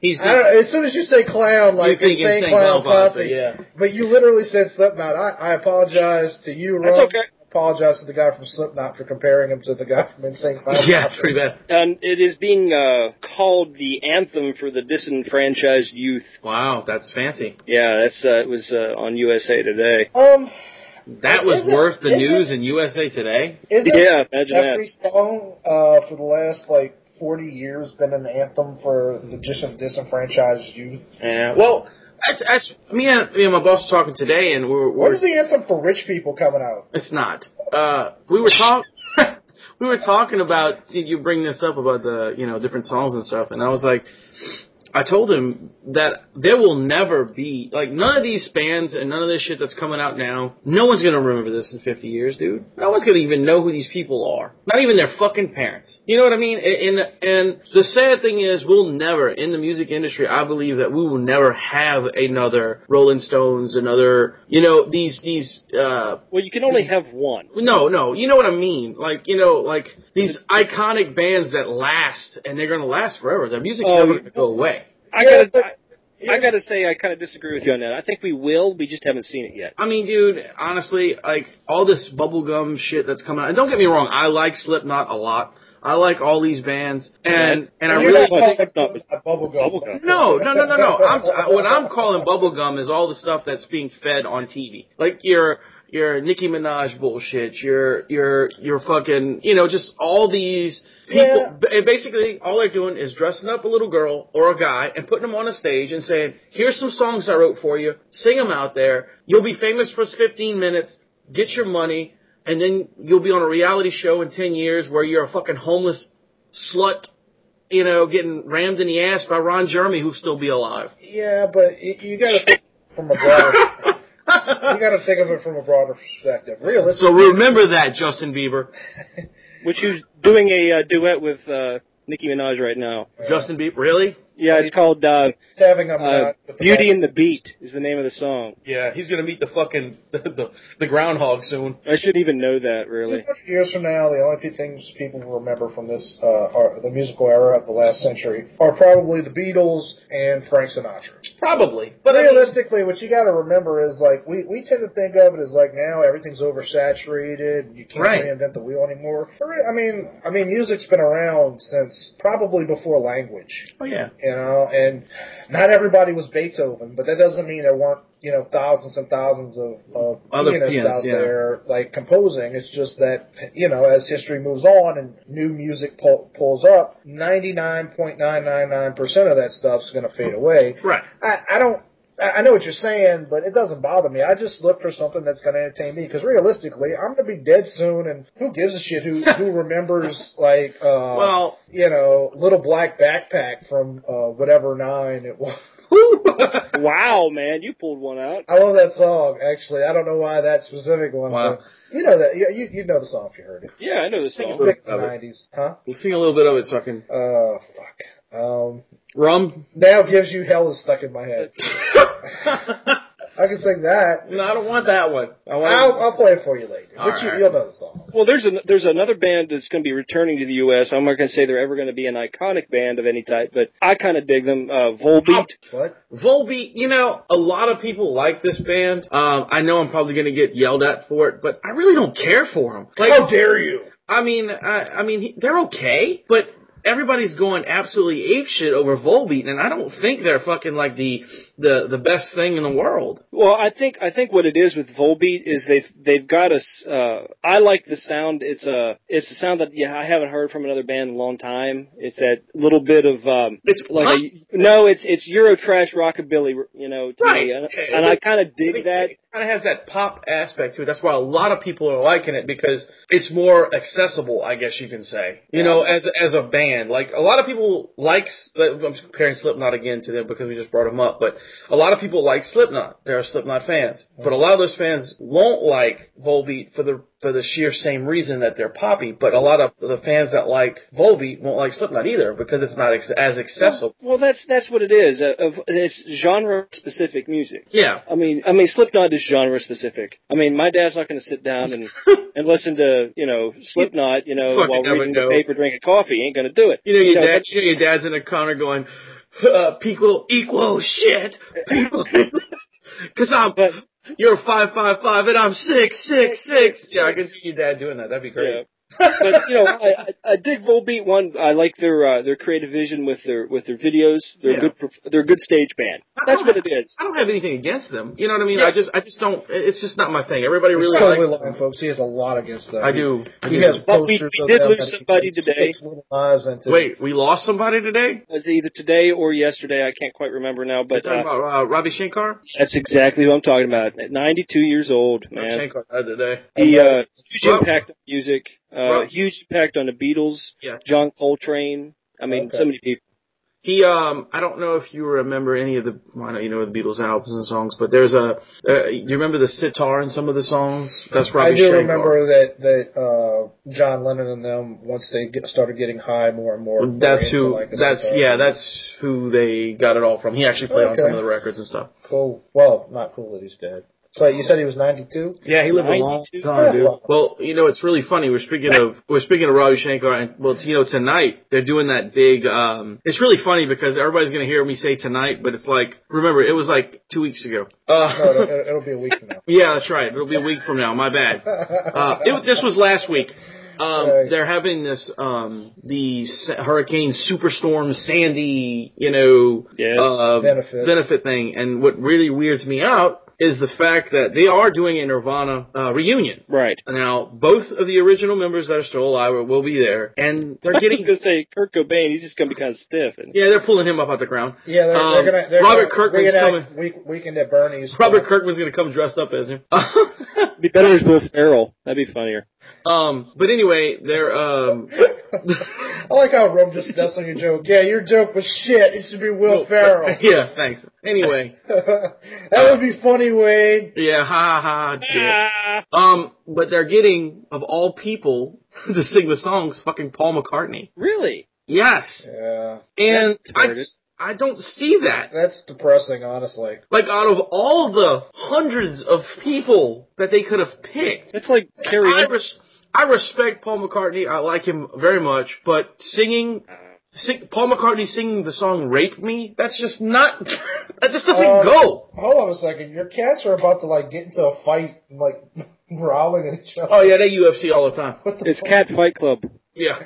B: he's.
A: I don't, as soon as you say clown, like
B: think
A: Insane,
B: Insane
A: Clown,
B: Clown
A: Posse,
B: Posse, yeah.
A: but you literally said Slipknot. I, I apologize to you, Ron.
C: That's okay.
A: I apologize to the guy from Slipknot for comparing him to the guy from Insane Clown
B: yeah,
A: Posse.
B: it's pretty bad.
C: And it is being uh, called the anthem for the disenfranchised youth.
B: Wow, that's fancy.
C: Yeah, that's uh, it was uh, on USA Today.
A: Um,
B: That was
A: Is it-
B: worth the
A: is
B: news
A: it-
B: in USA Today.
A: isn't
C: Yeah, imagine
A: every
C: that.
A: song uh, for the last like 40 years been an anthem for the dis- disenfranchised youth?
B: Yeah. Well, that's that's me and me and my boss were talking today, and we're, we're
A: Where's the anthem for rich people coming out?
B: It's not. Uh, we were [laughs] talking. we were talking about you bring this up about the you know different songs and stuff, and I was like, I told him that there will never be like none of these bands and none of this shit that's coming out now. No one's gonna remember this in 50 years, dude. No one's gonna even know who these people are. Not even their fucking parents. You know what I mean? And and, and the sad thing is, we'll never in the music industry. I believe that we will never have another Rolling Stones, another you know these these. uh
C: Well, you can only have one.
B: no, no, you know what I mean. Like, you know, like these iconic bands that last, and they're gonna last forever. Their music's
C: Oh,
B: never
C: yeah.
B: gonna go away.
C: I
A: Yeah,
C: gotta,
A: but-
C: I, I gotta say, I kind of disagree with you on that. I think we will. We just haven't seen it yet.
B: I mean, dude, honestly, like all this bubblegum shit that's coming out. And don't get me wrong, I like Slipknot a lot. I like all these bands, and and I
C: You're
A: You're
B: really
A: not
C: want
A: calling
C: Slipknot,
A: it bubblegum.
C: bubblegum.
B: No, no, no, no, no. I'm, I- what I'm calling bubblegum is all the stuff that's being fed on TV, like your your Nicki Minaj bullshit, your your your fucking, you know, just all these
A: Yeah.
B: people. ba- Basically, all they're doing is dressing up a little girl or a guy and putting them on a stage and saying, "Here's some songs I wrote for you. Sing them out there. You'll be famous for 15 minutes. Get your money." And then you'll be on a reality show in 10 years where you're a fucking homeless slut you know, getting rammed in the ass by Ron Jeremy, who'll still be alive.
A: Yeah, but you, you gotta think from a broader. you gotta think of it from a broader perspective. Realistically,
B: So remember that, Justin Bieber.
C: Which is doing a uh, duet with uh, Nicki Minaj right now.
B: Justin Bieber, really?
C: Yeah, it's called uh,
A: it's having a
C: uh,
A: nut with the
C: "Beauty and the Beat" is the name of the song.
B: Yeah, he's gonna meet the fucking [laughs] the, the, the groundhog soon.
C: I should even know that, really.
A: 200 years from now, the only two things people will remember from this, uh, are the musical era of the last century, are probably the Beatles and Frank Sinatra.
B: Probably, but I mean,
A: realistically, what you got to remember is like we, we tend to think of it as like now everything's oversaturated. You can't
B: Right.
A: reinvent the wheel anymore. Or, I mean, I mean, music's been around since probably before language.
B: oh yeah,
A: You know, and not everybody was Beethoven, but that doesn't mean there weren't you know thousands and thousands of, of
B: Other
A: pianists
B: pianists,
A: out
B: yeah.
A: there like composing. It's just that you know as history moves on and new music pull, pulls up, ninety nine point nine nine nine percent of that stuff's going to fade away.
B: [laughs] right.
A: I, I don't. I I know what you're saying, but it doesn't bother me. I just look for something that's going to entertain me because realistically, I'm going to be dead soon, and who gives a shit who who remembers like uh
B: Well,
A: you know little black backpack from uh whatever nine it was. [laughs]
B: whew.
C: Wow, man, you pulled one out.
A: I love that song actually. I don't know why that specific one.
B: Wow.
A: But you know that you you- you know the song if you heard it.
C: Yeah, I know the
A: It's
C: song.
B: Little
A: big in the
B: cover.
A: nineties, huh?
B: we'll sing a little bit of it. So I can
A: Uh, fuck. Um,
B: rum. [laughs]
A: now gives you hell is stuck in my head. I can sing
B: [laughs]
A: that.
B: No, I don't want that one. I want.
A: I'll, I'll play it for you later.
B: All
A: But you,
B: right.
A: you'll know the song.
C: Well, there's an, there's another band that's going to be returning to the U.S. I'm not going to say they're ever going to be an iconic band of any type, but I kind of dig them. Uh, Volbeat.
A: What?
B: Volbeat, you know, a lot of people like this band. Um, I know I'm probably gonna get yelled at for it, but I really don't care for them. Like,
A: dare you?
B: I mean, I, I mean, he, they're okay, but everybody's going absolutely apeshit over Volbeat, and I don't think they're fucking like the the the best thing in the world.
C: Well, I think I think what it is with Volbeat is they've they've got a. s- Uh, I like the sound. It's a it's a sound that yeah I haven't heard from another band in a long time. It's that little bit of um,
B: It's
C: like
B: huh?
C: a, no, it's it's Eurotrash rockabilly, you know, to me,
B: Right.
C: and, and I kind of dig
B: It-
C: that.
B: It kind of has that pop aspect to it. That's why a lot of people are liking it because it's more accessible, I guess you can say. You know, as as a band, like a lot of people like. S- I'm comparing Slipknot again to them because we just brought them up, but a lot of people like Slipknot. There are Slipknot fans, but a lot of those fans won't like Volbeat for the for the sheer same reason that they're poppy. But a lot of the fans that like Volbeat won't like Slipknot either because it's not ex- as accessible.
C: Well, that's that's what it is. Uh, of it's genre specific music.
B: Yeah.
C: I mean, I mean, Slipknot is genre specific. I mean, my dad's not going to sit
B: [laughs]
C: down and and listen to you know Slipknot, you know,
B: Fucking
C: while
B: never
C: reading the
B: know.
C: paper, drinking coffee. He ain't going to do it.
B: You know, your
C: know,
B: dad, you know, your dad's in a corner going, uh, people equal shit. People, cause I'm,
C: But-
B: you're five, five, five, and I'm six, six, six. Yeah, I can see your dad doing that. That'd be
C: Yeah.
B: great.
C: but you know, I, I, I dig Volbeat. One, I like their uh, their creative vision with their with their videos. They're
B: Yeah.
C: a good. perf- They're a good stage band. That's what it is.
B: I don't have anything against them. You know what I mean?
C: Yeah.
B: I just, I just don't. It's just not my thing. Everybody
A: He's
B: really
A: totally
B: likes.
A: lying, folks. He has a lot against that.
B: I do. I
A: He
B: do.
A: has
C: But we-
A: posters
C: we
A: of
C: did
A: them
C: lose
A: that he
C: somebody
A: sticks
C: today.
A: little knives into.
B: Wait, we lost somebody today.
C: It was either today or yesterday. I can't quite remember now,
B: We're
C: but
B: talking
C: uh,
B: about uh, Robbie Shankar.
C: that's exactly who I'm talking about. At 92 years old,
B: No,
C: man.
B: Shankar died today.
C: He uh, huge
B: Well-
C: impact on music. Uh,
B: Well-
C: huge impact on the Beatles.
B: Yeah.
C: John Coltrane. I mean,
A: Okay.
C: so many people.
B: He, um, I don't know if you remember any of the, well, I know you know the Beatles albums and songs, but there's a, uh, you remember the sitar in some of the songs? That's Robbie
A: I do
B: Shankar.
A: remember that that uh, John Lennon and them once they get, started getting high more and more. were
B: That's
A: into,
B: who.
A: like, the
B: that's
A: sitar.
B: yeah. That's who they got it all from. He actually played on
A: Okay.
B: some of the records and stuff.
A: cool. Well, not cool that he's dead. So you said he was ninety two.
B: Yeah, he lived a long
C: 92.
B: time, dude.
A: Yeah.
B: Well, you know, it's really funny. We're speaking of we're speaking of Robbie Shankar, and well, you know, tonight they're doing that big. um It's really funny because everybody's gonna hear me say tonight, but it's like remember it was like two weeks ago.
A: Oh, No, it'll,
B: Uh,
A: it'll- it'll be a week from now.
B: [laughs] yeah, that's right. It'll be a week from now. My bad. Uh, it, this was last week. Um,
A: Oh, Right.
B: They're having this um, the s- hurricane superstorm Sandy, you know,
C: Yes.
B: uh,
A: Benefit.
B: benefit thing. And what really weirds me out is the fact that they are doing a Nirvana uh, reunion.
C: Right.
B: Now, both of the original members that are still alive will be there, and
A: [laughs]
B: they're
C: I was
B: getting
C: gonna say Kurt Cobain. He's just gonna be kind of stiff. And
B: yeah, they're pulling him up out the ground.
A: Yeah, they're,
B: Um,
A: they're gonna. They're
B: Robert
A: gonna
B: Kirkman's
A: reenact
B: coming.
A: Week, weekend at Bernie's.
B: Robert Kirkman's gonna come dressed
A: [laughs]
B: up as him.
C: It'd be better as Will Ferrell. That'd be funnier.
B: um, but anyway, they're um,
A: I like how Rome just steps on your joke. Yeah, your joke was shit. It should be Will
B: [laughs]
A: Ferrell.
B: yeah, thanks. Anyway,
A: [laughs] that would be funny, Wayne.
B: Yeah, ha ha, ha, dick. Um, but they're getting of all people [laughs] to sing the songs, fucking Paul McCartney.
C: Really?
B: Yes,
A: Yeah,
B: and
C: That's
B: I
C: retarded.
B: just- I don't see that.
A: that's depressing, honestly.
B: Like out of all the hundreds of people that they could have picked,
C: That's like Carrie.
B: I, res- I respect Paul McCartney. I like him very much, but singing. Sing, Paul McCartney singing the song "Rape Me" that's just not [laughs] that just doesn't
A: Um,
B: go.
A: Hold on a second. Your cats are about to like get into a fight, and, like [laughs] growling at each other.
B: Oh yeah, they UFC all the time.
A: What the
C: it's
A: fuck?
C: Cat Fight Club.
B: [laughs] Yeah.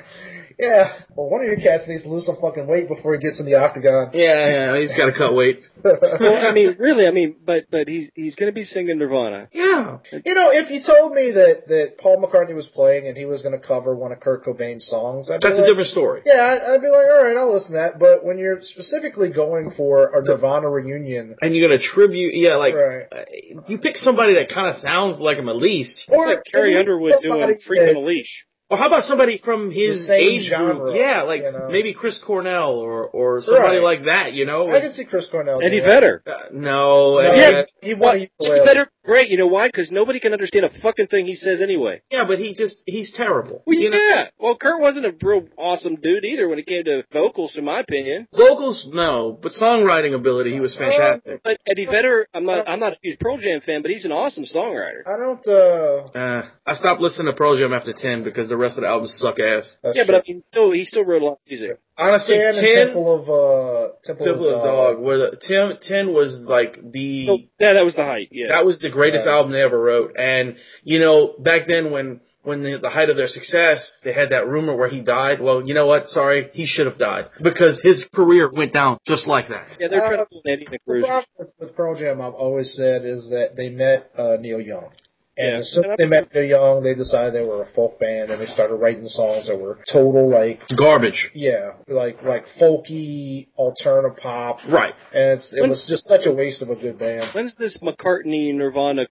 A: Yeah. Well, one of your cats needs to lose some fucking weight before he gets in the octagon.
B: Yeah, yeah, he's got to cut weight.
C: Well, I mean, really, I mean, but but he's he's gonna be singing Nirvana.
B: Yeah.
A: You know, if you told me that that Paul McCartney was playing and he was going to cover one of Kurt Cobain's songs, I'd be
B: That's a
A: like,
B: different story.
A: Yeah, I'd, I'd be like, all right, I'll listen to that. But when you're specifically going for a Nirvana reunion,
B: And you're gonna tribute, yeah, like
A: Right.
B: uh, you pick somebody that kind of sounds like him at least,
A: or
C: It's like Carrie
A: at least
C: Underwood doing
A: somebody
C: Freak on
A: that-
C: a Leash.
B: or how about somebody from his
A: same
B: age
A: genre,
B: group? Yeah, like
A: you know.
B: maybe Chris Cornell or or somebody
A: Right.
B: like that. You know?
A: I can see Chris Cornell.
C: Eddie
A: doing
C: Vedder.
B: Uh, no.
A: that. No,
B: uh, yeah.
A: he won a
C: Eddie
A: ukulele.
C: Vedder, great. You know why? Because nobody can understand a fucking thing he says anyway.
B: but he just he's terrible.
C: Well,
B: you know?
C: yeah. Well, Kurt wasn't a real awesome dude either when it came to vocals, in my opinion.
B: Vocals, no, but songwriting ability, he
A: Uh,
B: was fantastic.
C: But Eddie Vedder, I'm not I'm not a huge Pearl Jam fan, but he's an awesome songwriter.
A: I don't. uh
B: Uh, I stopped listening to Pearl Jam after ten because the rest of the albums suck ass.
A: that's
C: yeah, but I
A: true.
C: mean, still, he still wrote a lot of music.
B: Honestly,
A: Stan and
B: ten
A: Temple of uh Temple,
B: Temple
A: of
B: of Dog, where the, ten, 10 was like the
C: So, yeah, that was the height. Yeah.
B: That was the greatest
A: Right.
B: album they ever wrote. And you know, back then when when the, the height of their success, they had that rumor where he died. Well, you know what? Sorry, he should have died because his career went down just like that.
C: yeah, they're trying
A: Uh,
C: to pull an Eddie
A: The
C: McRuiser.
A: problem with, with Pearl Jam, I've always said, is that they met uh, Neil Young. And
C: Yeah.
A: as soon as they met Neil Young, they decided they were a folk band, and they started writing songs that were total like,
B: Garbage.
A: yeah, like like folky alternative pop,
B: Right.
A: and it's, it
C: When-
A: was just such a waste of a good band.
C: When's this McCartney Nirvana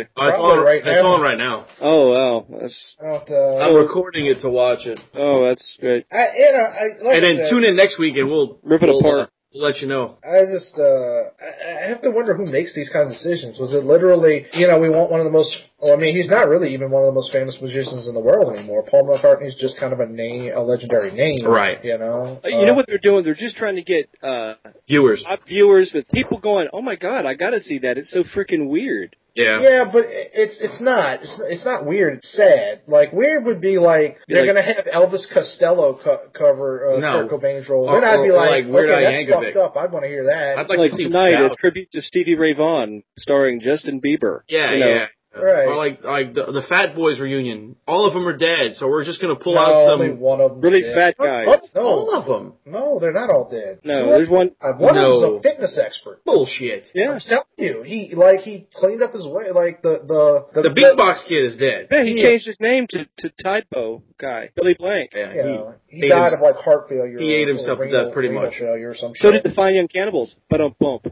B: Uh, it's
A: Probably
B: on
A: right
B: It's
A: now.
B: on right now.
C: Oh wow, that's
A: I don't, uh,
B: I'm recording it to watch it,
C: oh that's great.
A: I, you know, I, like
B: and
A: I
B: then
A: said,
B: tune in next week and we'll
C: Rip it
B: we'll,
C: apart.
B: uh, we'll let you know.
A: I just, uh, I, I have to wonder who makes these kind of decisions. Was it literally, you know, we want one of the most, well, I mean, he's not really even one of the most famous musicians in the world anymore. Paul McCartney's just kind of a name, a legendary name.
B: Right.
A: You know?
C: Uh, You know
A: Uh,
C: what they're doing? They're just trying to get uh,
B: Viewers.
C: top viewers with people going, "Oh my god, I got to see that! It's so freaking weird."
B: Yeah.
A: Yeah, but it- it's it's not it's it's not weird. It's sad. Like weird would be like
C: Be
A: they're
C: like-
A: gonna have Elvis Costello co- cover uh,
B: No.
A: Kurt Cobain's role.
B: Or-
A: then I'd be
B: or- or like
A: like,
B: Weird Al
A: okay, that's
B: Yankovic.
A: fucked up. I'd want to hear that.
B: I'd like,
C: Like,
B: to see
C: tonight,
B: Val-
C: a tribute to Stevie Ray Vaughan, starring Justin Bieber.
B: Yeah,
C: You know,
B: yeah.
A: Right.
B: Or like like the, the Fat Boys reunion. All of them are dead, so we're just gonna pull
A: no,
B: out
A: only
B: some.
A: one of them.
C: Really
B: Oh,
C: fat guys.
B: All
A: No,
B: of them.
A: no, they're not all dead.
C: No,
A: Two of-
C: there's one.
A: uh, one of
B: No.
A: them's a fitness expert.
B: Bullshit.
C: Yeah,
A: I'm telling you, he like he cleaned up his way. Like the the
B: The beatbox kid is dead.
C: yeah. He
A: Yeah.
C: changed his name to to Typo guy, Billy Blank.
B: Yeah,
A: You know, he,
B: ate
A: died
B: him-
A: of like heart failure.
B: he
A: or-
B: ate
A: or
B: himself to
A: renal-
B: death pretty
A: renal
B: much.
A: Failure or some
C: So
A: shit.
C: did the Fine Young Cannibals. But um, bump.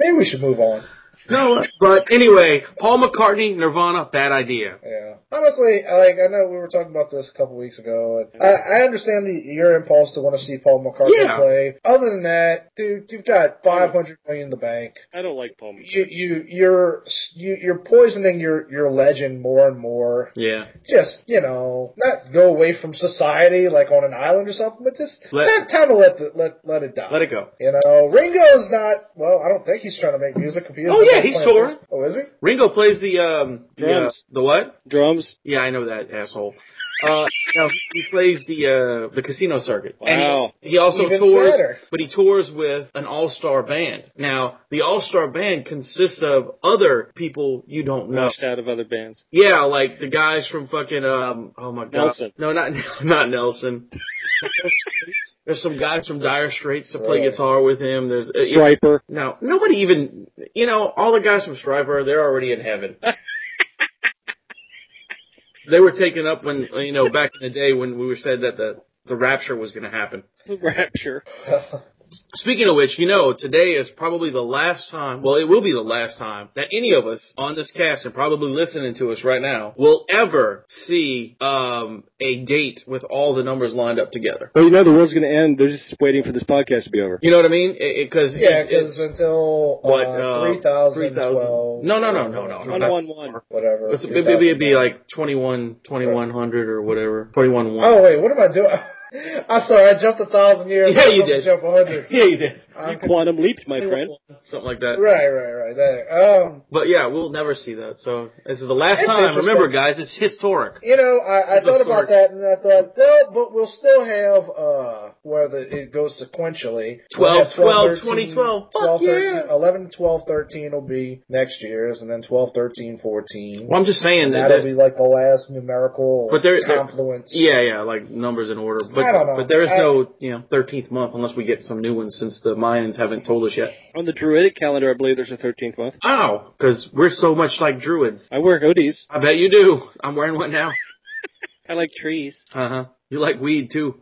A: Maybe we should move on.
B: No, but anyway, Paul McCartney, Nirvana, bad idea.
A: Yeah. Honestly, I- like I know we were talking about this a couple weeks ago, and I, I understand the, your impulse to want to see Paul McCartney
B: Yeah.
A: play. Other than that, dude, you've got five hundred million in the bank.
C: I don't like Paul McCartney.
A: You you you're you, you're poisoning your your legend more and more.
B: Yeah.
A: Just you know, not go away from society like on an island or something, but just
B: Let-
A: let, time to let the, let let it die.
B: Let it go.
A: You know, Ringo's not. Well, I don't think he's trying to make music. if he is,
B: Oh, yeah,
A: playing-
B: he's touring.
A: Oh, is he?
B: Ringo plays the um the, uh,
C: Drums.
B: the what?
C: Drums.
B: Yeah, I know that asshole. Uh, no, he plays the uh the casino circuit.
C: Wow.
B: And he, he also
A: Even
B: tours,
A: sadder.
B: but he tours with an all star band. Now, the all star band consists of other people you don't know.
C: Washed out of other bands.
B: Yeah, like the guys from fucking um oh my god.
C: Nelson.
B: No, not [laughs] not Nelson. Uh, There's some guys from Dire Straits to play
A: Really?
B: guitar with him. There's uh, yeah.
C: Striper. [laughs]
B: no nobody even you know all the guys from Striper they're already in heaven. they were taken up when you know back in the day when we were said that the the rapture was going to happen.
C: Rapture.
B: Speaking of which, you know, today is probably the last time, well, it will be the last time that any of us on this cast and probably listening to us right now will ever see um, a date with all the numbers lined up together.
C: Well, you know the world's going to end. They're just waiting for this podcast to be over.
B: You know what I mean? Because
A: Yeah, because until uh,
B: what uh,
A: three thousand
B: 3,000. No, no, no, no, no.
C: One
B: That's
C: one one.
B: far.
A: whatever.
B: It's, it'd, be- it'd be
A: 3,000.
B: like 21, 2100 or whatever. 21
A: Oh wait, what am I doing? [laughs] I'm sorry, I jumped a thousand years.
B: Yeah,
A: I was
B: you
A: supposed to
B: did.
A: Jump a hundred.
B: [laughs] Yeah, [laughs] you did.
A: I'm-
C: Quantum leaped, my friend.
B: Something like that.
A: right, right, right. That, um,
B: But yeah, we'll never see that. So this is the last
A: It's
B: time.
A: interesting.
B: Remember, guys, it's historic.
A: you know, I, I
B: It's a
A: thought about
B: start.
A: that, and I thought, no, but we'll still have uh, where the, it goes sequentially.
B: 12,
A: We'll have
B: 12, 2012. Fuck
A: 12, 13,
B: yeah.
A: 11, 12, 13 will be next year's, and then 12, 13, 14.
B: Well, I'm just saying that.
A: That'll
B: that-
A: be like the last numerical
B: But there- there-
A: confluence.
B: yeah, yeah, like numbers in order. But
A: I don't know.
B: but there is
A: I-
B: no you know thirteenth month unless we get some new ones since the Mayans haven't told us yet.
C: On the Druidic calendar, I believe there's a 13th month.
B: Ow, because we're so much like druids.
C: I wear hoodies.
B: I bet you do. I'm wearing one now.
C: I like trees.
B: Uh huh. You like weed too.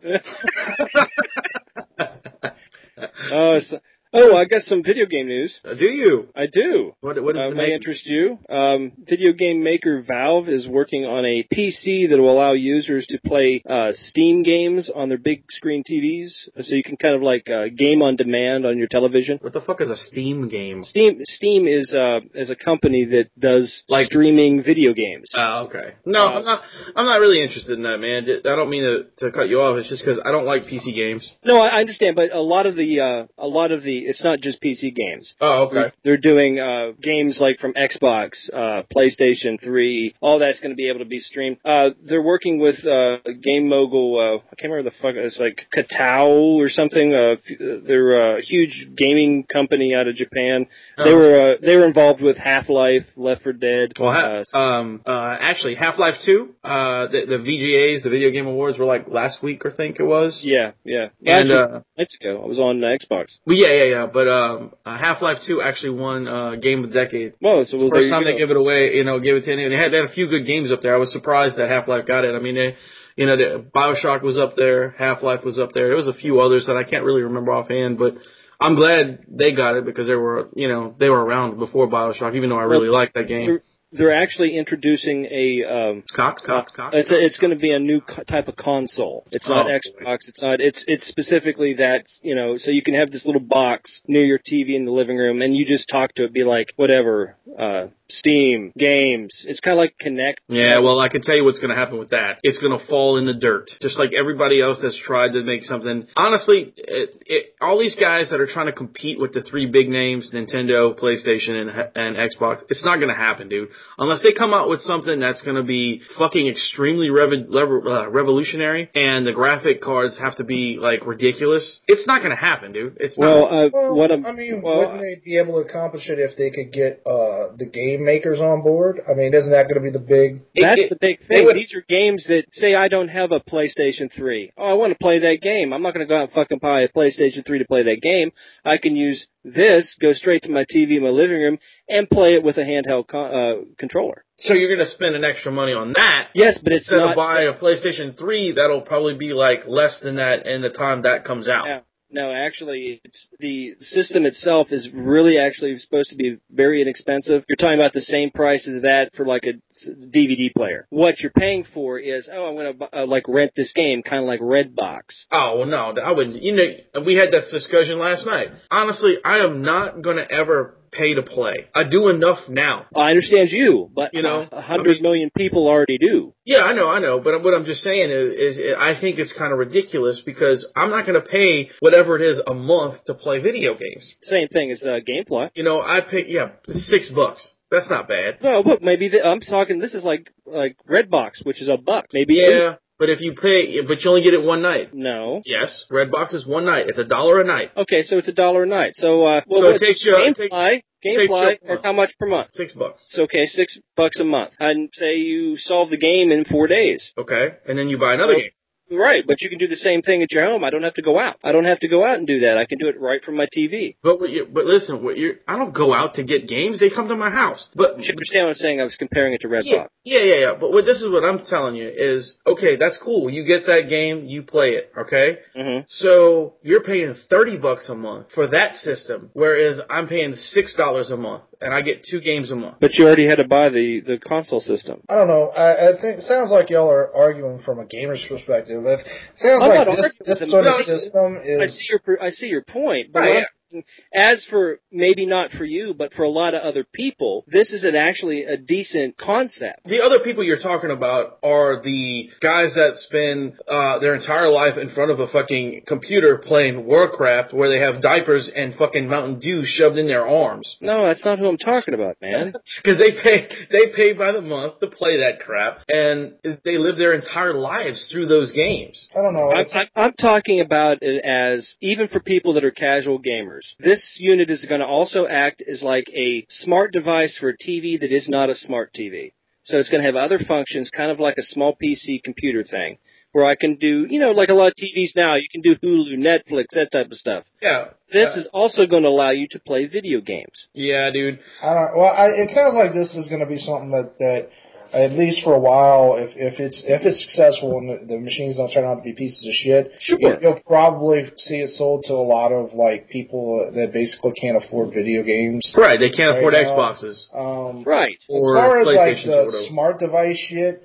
C: Oh, so, oh, I got some video game news.
B: Uh, Do you?
C: I do.
B: What what is
C: Uh,
B: the
C: may
B: name?
C: interest you. Um, video game maker Valve is working on a PC that will allow users to play uh, Steam games on their big screen TVs, so you can kind of like uh, game on demand on your television.
B: What the fuck is a Steam game?
C: Steam Steam is uh, is a company that does
B: Like-
C: streaming video games.
B: Oh, okay. No,
C: Uh,
B: I'm not. I'm not really interested in that, man. I don't mean to, to cut you off. It's just because I don't like PC games.
C: No, I I understand, but a lot of the uh, a lot of the it's not just PC games.
B: Oh, okay.
C: They're doing uh, games like from Xbox, uh, PlayStation 3. All that's going to be able to be streamed. Uh, they're working with uh, game mogul. Uh, I can't remember the fuck. It's like Katao or something. Uh, f- they're uh, a huge gaming company out of Japan. They
B: Oh.
C: were uh, they were involved with Half Life, Left 4 Dead.
B: Well,
C: uh,
B: ha- um, uh, actually, Half Life Two, uh, the, the VGAs, the Video Game Awards, were like last week, I think it was.
C: yeah, yeah.
B: And
C: Actually,
B: uh,
C: nights ago, I was on uh, Xbox.
B: well, yeah, yeah, yeah. But um, uh, Half Life Two actually won uh, Game of the Decade.
C: Whoa, so well, there
B: First
C: you
B: time
C: go.
B: they give it away, you know, give it to anyone. They had, they had a few good games up there. I was surprised that Half Life got it. I mean, they, you know, the Bioshock was up there, Half Life was up there. There was a few others that I can't really remember offhand, but I'm glad they got it because they were, you know, they were around before Bioshock, even though I really liked that game.
C: they're, they're actually introducing a um,
B: Cock, cock, cock.
C: It's a, it's going to be a new co- type of console. It's not
B: Oh,
C: Xbox.
B: boy.
C: It's not. It's it's specifically that you know. So you can have this little box near your TV in the living room, and you just talk to it. Be like whatever, uh, Steam games. It's kind of like Connect.
B: Yeah, well, I can tell you what's going to happen with that. It's going to fall in the dirt, just like everybody else that's tried to make something. Honestly, it, it, all these guys that are trying to compete with the three big names, Nintendo, PlayStation, and, and Xbox, it's not going to happen, dude. Unless they come out with something that's going to be fucking extremely rev- lev- uh, revolutionary, and the graphic cards have to be like ridiculous. It's not going to happen, dude. It's
C: Well,
B: not.
C: uh,
A: Well,
C: what a,
A: I mean,
C: well,
A: wouldn't they be able to accomplish it if they could get uh, the game makers on board? I mean, isn't that going to be the big?
C: that's
B: It- it-
C: the big
B: they
C: thing.
B: would-
C: These are games that say I don't have a PlayStation 3. Oh, I want to play that game. I'm not going to go out and fucking buy a PlayStation 3 to play that game. I can use this, go straight to my TV in my living room, and play it with a handheld con- uh, controller.
B: So you're going to spend an extra money on that
C: Yes, but it's
B: instead
C: not.
B: of buying a PlayStation 3, that'll probably be like less than that in the time that comes out.
C: Yeah. No, actually, it's the system itself is really actually supposed to be very inexpensive. You're talking about the same price as that for like a s- DVD player. What you're paying for is, oh, I'm going to uh, like rent this game, kind of like Redbox.
B: Oh well, no, I wouldn't. You know, we had this discussion last night. Honestly, I am not gonna ever pay to play. I do enough now.
C: I understand you, but
B: You know,
C: a
B: I
C: hundred
B: mean-
C: million people already do.
B: Yeah, I know, I know. But what I'm just saying is, is I think it's kind of ridiculous because I'm not gonna pay whatever it is a month to play video games.
C: Same thing as uh, GameFly.
B: You know, I pay yeah six bucks. That's not bad.
C: No, look, maybe the, I'm talking. This is like like Redbox, which is a buck, maybe. eight-
B: Yeah, but if you pay, but you only get it one night.
C: No.
B: Yes, Redbox is one night. It's a dollar a night.
C: Okay, so it's a dollar a night. So, uh, well,
B: So it
C: what's-
B: takes you- it takes-
C: GameFly.
B: takes you-
C: GameFly is how much per month?
B: Six bucks.
C: It's okay, six bucks a month. And say you solve the game in four days.
B: Okay, and then you buy another
C: Well,
B: game.
C: Right, but you can do the same thing at your home. I don't have to go out. I don't have to go out and do that. I can do it right from my TV.
B: But what you, but listen, what you I don't go out to get games. They come to my house. But
C: You should understand what I'm saying. I was comparing it to Redbox.
B: yeah, yeah, yeah, yeah. But what this is what I'm telling you is okay. That's cool. You get that game, you play it. Okay.
C: Mhm.
B: So you're paying thirty bucks a month for that system, whereas I'm paying six dollars a month and I get two games a month.
C: But you already had to buy the, the console system.
A: I don't know. I, I think it sounds like y'all are arguing from a gamer's perspective. It sounds
C: I'm
A: like
C: not
A: this,
C: arguing with
A: this
C: them.
A: sort
B: No,
A: of
B: it's-
A: system
C: I
A: is
C: see your per- I see your point, but
B: Right,
C: what
B: yeah.
C: I'm saying, as for maybe not for you, but for a lot of other people, this is an actually a decent concept.
B: The other people you're talking about are the guys that spend uh, their entire life in front of a fucking computer playing Warcraft, where they have diapers and fucking Mountain Dew shoved in their arms.
C: No, that's not who I'm talking about,
B: [laughs]
C: man.
B: because they pay they pay by the month to play that crap, and they live their entire lives through those games.
A: I don't know.
C: I'm,
A: It's,
C: I'm- I'm talking about it as even for people that are casual gamers. This unit is going to also act as like a smart device for a TV that is not a smart TV. So it's going to have other functions, kind of like a small PC computer thing, where I can do, you know, like a lot of TVs now, you can do Hulu, Netflix, that type of stuff.
B: Yeah,
C: This
B: Uh,
C: is also going to allow you to play video games.
B: yeah, dude.
A: I don't. Well, I, it sounds like this is going to be something that that at least for a while, if if it's if it's successful and the, the machines don't turn out to be pieces of shit,
C: Sure.
A: you, you'll probably see it sold to a lot of like people that basically can't afford video games.
B: Right, they can't
A: Right
B: afford
A: now.
B: Xboxes.
A: Um,
C: Right.
A: as
B: or
A: far as like
B: PlayStation
A: the
B: sort of.
A: smart device shit,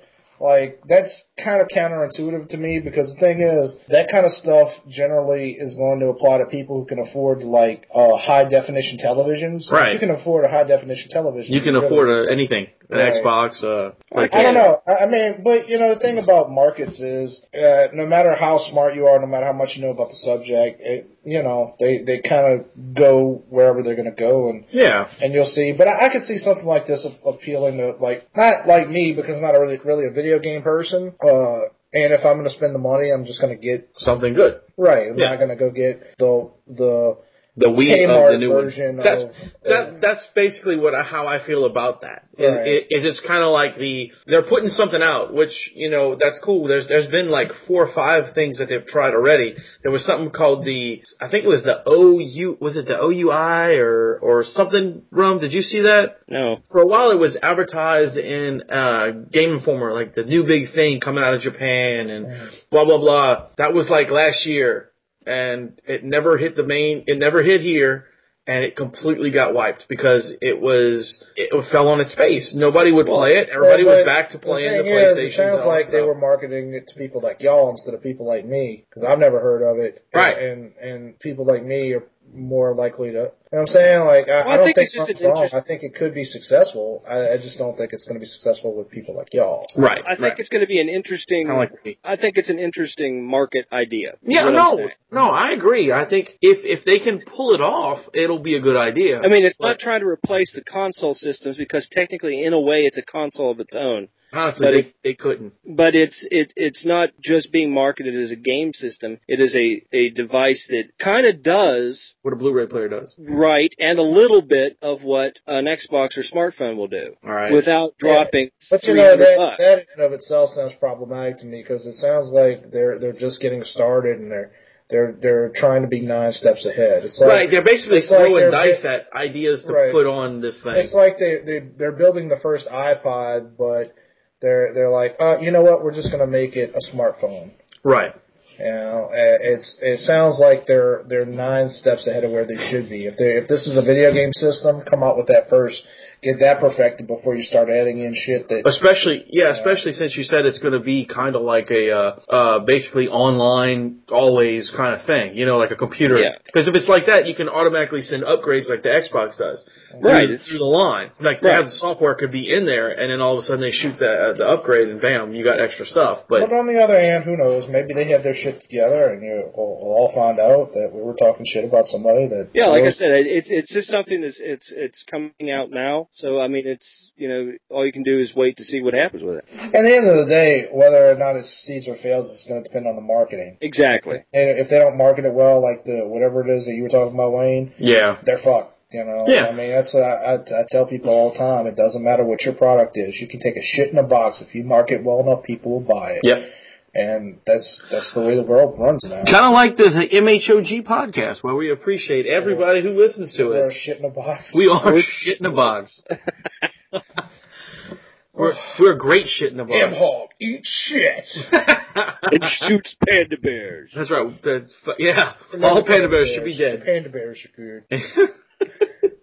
A: like that's kind of counterintuitive to me because the thing is that kind of stuff generally is going to apply to people who can afford like uh, high definition televisions.
B: Right.
A: If you can afford a high definition television.
B: You can
A: really-
B: afford uh anything, an
A: Right.
B: Xbox. Uh,
C: I
A: I don't
C: Yeah.
A: know. I I mean, but you know, the thing about markets is, uh, no matter how smart you are, no matter how much you know about the subject, it, you know, they they kind of go wherever they're going to go, and
B: yeah,
A: and you'll see. But I, I could see something like this a- appealing to like not like me because I'm not a really really a video game person. Uh, and if I'm going to spend the money, I'm just going to get
B: something good.
A: right. I'm
B: Yeah.
A: not going to go get the the
B: The Wii of uh, the
A: Kmart
B: new
A: version.
B: one. That's
A: of,
B: that. That's basically what I, how I feel about that. Is,
A: Right.
B: is it's kind of like the they're putting something out, which you know that's cool. There's there's been like four or five things that they've tried already. There was something called the I think it was the OU was it the OUI or or something. Rum, did you see that?
C: No.
B: For a while, it was advertised in uh, Game Informer, like the new big thing coming out of Japan
A: Mm-hmm.
B: and blah blah blah. That was like last year, and it never hit the main. It never hit here and it completely got wiped because it was it fell on its face. Nobody would play it. Everybody
A: Well,
B: was
A: but
B: back to playing the,
A: thing is,
B: PlayStation.
A: It sounds like they were marketing it to people like y'all instead of people like me, because I've never heard of it.
B: Right.
A: And, and and people like me are more likely to. You know what I'm saying? Like, I,
C: Well,
A: I
C: I
A: don't
C: think
A: think
C: it's just
A: something's
C: an
A: wrong.
C: interest-
A: I think it could be successful. I, I just don't think it's going to be successful with people like y'all.
B: right.
C: I think
B: right.
C: it's going to be an interesting.
B: Kinda like me.
C: I think it's an interesting market idea. is
B: yeah,
C: what I'm
B: no,
C: saying.
B: no, I agree. I think if if they can pull it off, it'll be a good idea.
C: I mean, it's
B: But
C: not trying to replace the console systems because technically, in a way, it's a console of its own.
B: honestly,
C: but
B: they,
C: it-
B: they couldn't.
C: But it's it, it's not just being marketed as a game system. It is a, a device that kind of does
B: What a Blu-ray player does.
C: right and a little bit of what an Xbox or smartphone will do
B: All right.
C: without dropping
A: But you
C: three
A: know
C: hundred
A: that
C: bucks.
A: that in and of itself sounds problematic to me because it sounds like they're they're just getting started and they're they're they're trying to be nine steps ahead. It's like
B: right. They're basically
A: it's like
B: throwing
A: they're-
B: dice at ideas to
A: Right.
B: put on this thing.
A: It's like they they they're building the first iPod, but they're they're like, uh, you know what? We're just gonna make it a smartphone.
B: Right.
A: You know, uh, it's it sounds like they're they're nine steps ahead of where they should be. If they if this is a video game system, come out with that first, get that perfected before you start adding in shit that
B: Especially, yeah, especially since you said it's going to be kind of like a uh, uh, basically online, always kind of thing. You know, like a computer.
C: Yeah.
B: Because if it's like that, you can automatically send upgrades like the Xbox does.
C: Right,
B: Through,
C: it's-
B: through the line, like they
C: Right.
B: have the software could be in there, and then all of a sudden they shoot the uh, the upgrade, and bam, you got extra stuff. But
A: But on the other hand, who knows? Maybe they have their shit together, and you we'll, we'll all find out that we were talking shit about somebody that.
C: Yeah, like I
A: knows-
C: said, it- it's it's just something that's it's it's coming out now. So I mean, it's you know all you can do is wait to see what happens with it.
A: At the end of the day, whether or not it succeeds or fails, it's going to depend on the marketing.
C: Exactly.
A: And if they don't market it well, like the whatever it is that you were talking about, Wayne,
B: yeah,
A: they're fucked. You know,
B: Yeah.
A: I mean, that's what I, I, I tell people all the time. It doesn't matter what your product is. You can take a shit in a box. If you market well enough, people will buy it.
B: Yep.
A: And that's that's the way the world runs now.
B: kind of like this MHOG podcast where we appreciate everybody who listens to
A: We're
B: us.
A: a shit in a box.
B: We are shit in a box. we're we're great shit in a
A: [laughs]
B: box.
A: Damn hog, eat shit.
C: [laughs] It shoots panda bears.
B: [laughs] That's right. That's fu- yeah. All panda bears should be
A: The
B: dead.
A: panda bears are good.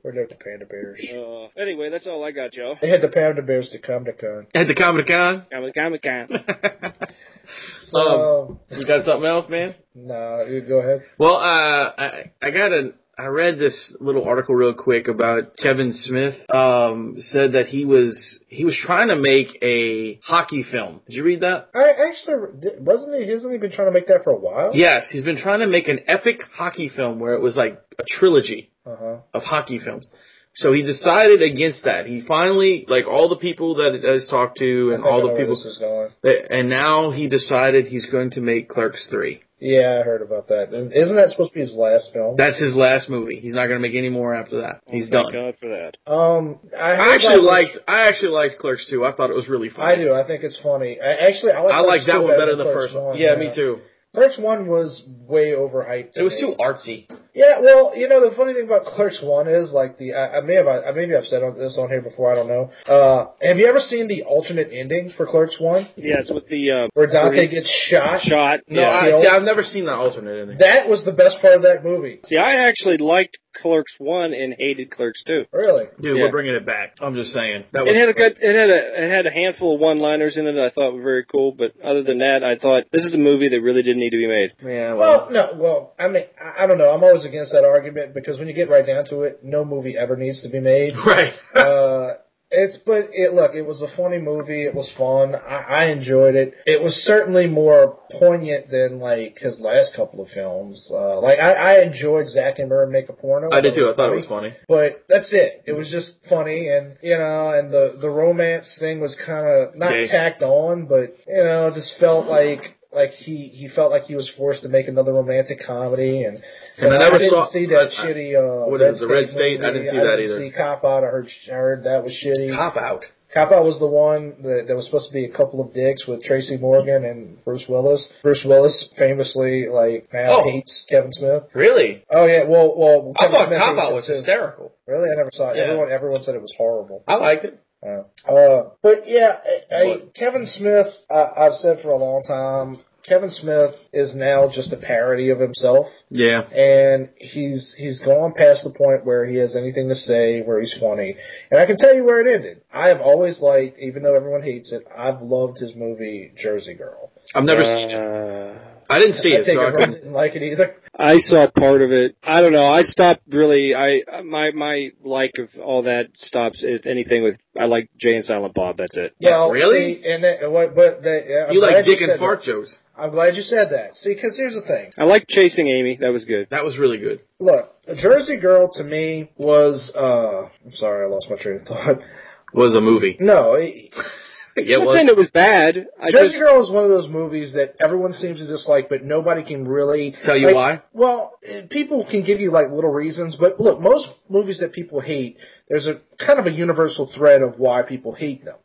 A: We're not the panda bears.
C: Uh, anyway, that's all I got, y'all.
A: They had the panda bears to come to con.
B: [laughs] At the Comic Con.
C: I'm a comic con.
B: Um,
A: So
B: You got something else, man?
A: no, Oh, you go ahead.
B: Well, uh, I I got an I read this little article real quick about Kevin Smith. Um, said that he was he was trying to make a hockey film. Did you read that?
A: I actually di- wasn't he? Hasn't he been trying to make that for a while?
B: Yes, he's been trying to make an epic hockey film where it was like a trilogy
A: Uh huh.
B: of hockey films. So he decided against that. He finally, like all the people that it has talked to and all the people,
A: this is going.
B: and now he decided he's going to make Clerks 3.
A: Yeah, I heard about that. And Isn't that supposed to be his last film?
B: That's his last movie. He's not going to make any more after that. He's
C: Thank
B: done.
C: God for that.
A: Um, I, heard
B: I actually
A: about this-
B: liked, I actually liked Clerks 2. I thought it was really
A: I
B: funny.
A: do. I think it's funny. I, actually, I like,
B: I like
A: Clerks
B: that
A: two
B: one better than the
A: Clerks
B: first one. Yeah, me too.
A: Clerks one was way overhyped. to
B: It was
A: me.
B: too artsy.
A: Yeah, well, you know the funny thing about Clerks One is like the I, I may have I maybe I've said on, this on here before I don't know. Uh, have you ever seen the alternate ending for Clerks One
C: Yes, with the uh,
A: where Dante
C: where
A: gets shot?
C: he shot.
B: No,
C: yeah.
B: I, see, I've never seen that alternate ending.
A: That was the best part of that movie.
C: See, I actually liked Clerks one and hated Clerks two.
A: Really,
B: Dude,
C: Yeah.
B: we're bringing it back. I'm just saying. That was
C: It had a good, it had a, it had a handful of one-liners in it that I thought were very cool, but other than that, I thought this is a movie that really didn't need to be made.
B: Yeah, well,
A: Well, no, well, I mean, I, I don't know. I'm always against that argument because when you get right down to it, no movie ever needs to be
B: [laughs]
A: made.
B: right.
A: Uh, it's but it look, it was a funny movie. It was fun. I, I enjoyed it. It was certainly more poignant than like his last couple of films. Uh, like I, I enjoyed Zack and Murray make a porno.
B: I did too. I thought it was funny.
A: But that's it. It was just funny, and you know, and the the romance thing was kind of not
B: Okay.
A: tacked on, but you know, it just felt like like he he felt like he was forced to make another romantic comedy, and
B: And I never
A: didn't
B: saw-
A: see that
B: I- I-
A: shitty. Uh,
B: what is it, the Red State? I
A: movie.
B: didn't see
A: I
B: that
A: didn't
B: either.
A: See Cop Out. I heard I heard that was shitty.
B: Cop out.
A: Cop Out was the one that, that was supposed to be a couple of dicks with Tracy Morgan and Bruce Willis. Bruce Willis famously like now
B: Oh.
A: hates Kevin Smith.
B: Really?
A: Oh yeah, well well Kevin Smith hates him, too.
B: hysterical.
A: Really, I never saw it.
B: Yeah.
A: Everyone, everyone said it was horrible.
B: I liked it.
A: Uh, uh, but yeah, I, I,
B: What?
A: Kevin Smith. I, I've said for a long time, Kevin Smith is now just a parody of himself,
B: Yeah.
A: and he's he's gone past the point where he has anything to say, where he's funny. And I can tell you where it ended. I have always liked, even though everyone hates it, I've loved his movie Jersey Girl.
B: I've never seen it.
C: Uh,
B: I didn't see
A: I
B: it,
A: think
B: so I
A: everyone
B: couldn't.
A: didn't like it either.
C: I saw part of it. I don't know. I stopped really. I my my like of all that stops if anything with I like Jay and Silent Bob. That's it.
B: Yeah,
A: well,
B: really?
A: see, and that, what, but the, I'm
B: You
A: glad
B: like dick
A: said
B: and fart jokes.
A: that. I'm glad you said that. See, because here's the thing.
C: I like Chasing Amy. That was good.
B: That was really good.
A: Look, a Jersey Girl to me was. uh I'm sorry, I lost my train of thought. [laughs]
B: Was a movie.
A: No, it,
B: Yeah,
C: I'm
B: it
C: not saying
B: was.
C: it was bad. I
A: Jersey
C: just
A: Girl is one of those movies that everyone seems to dislike, but nobody can really
B: Tell you
A: like,
B: why?
A: Well, eh, people can give you like little reasons, but look, most movies that people hate, there's a kind of a universal thread of why people hate them.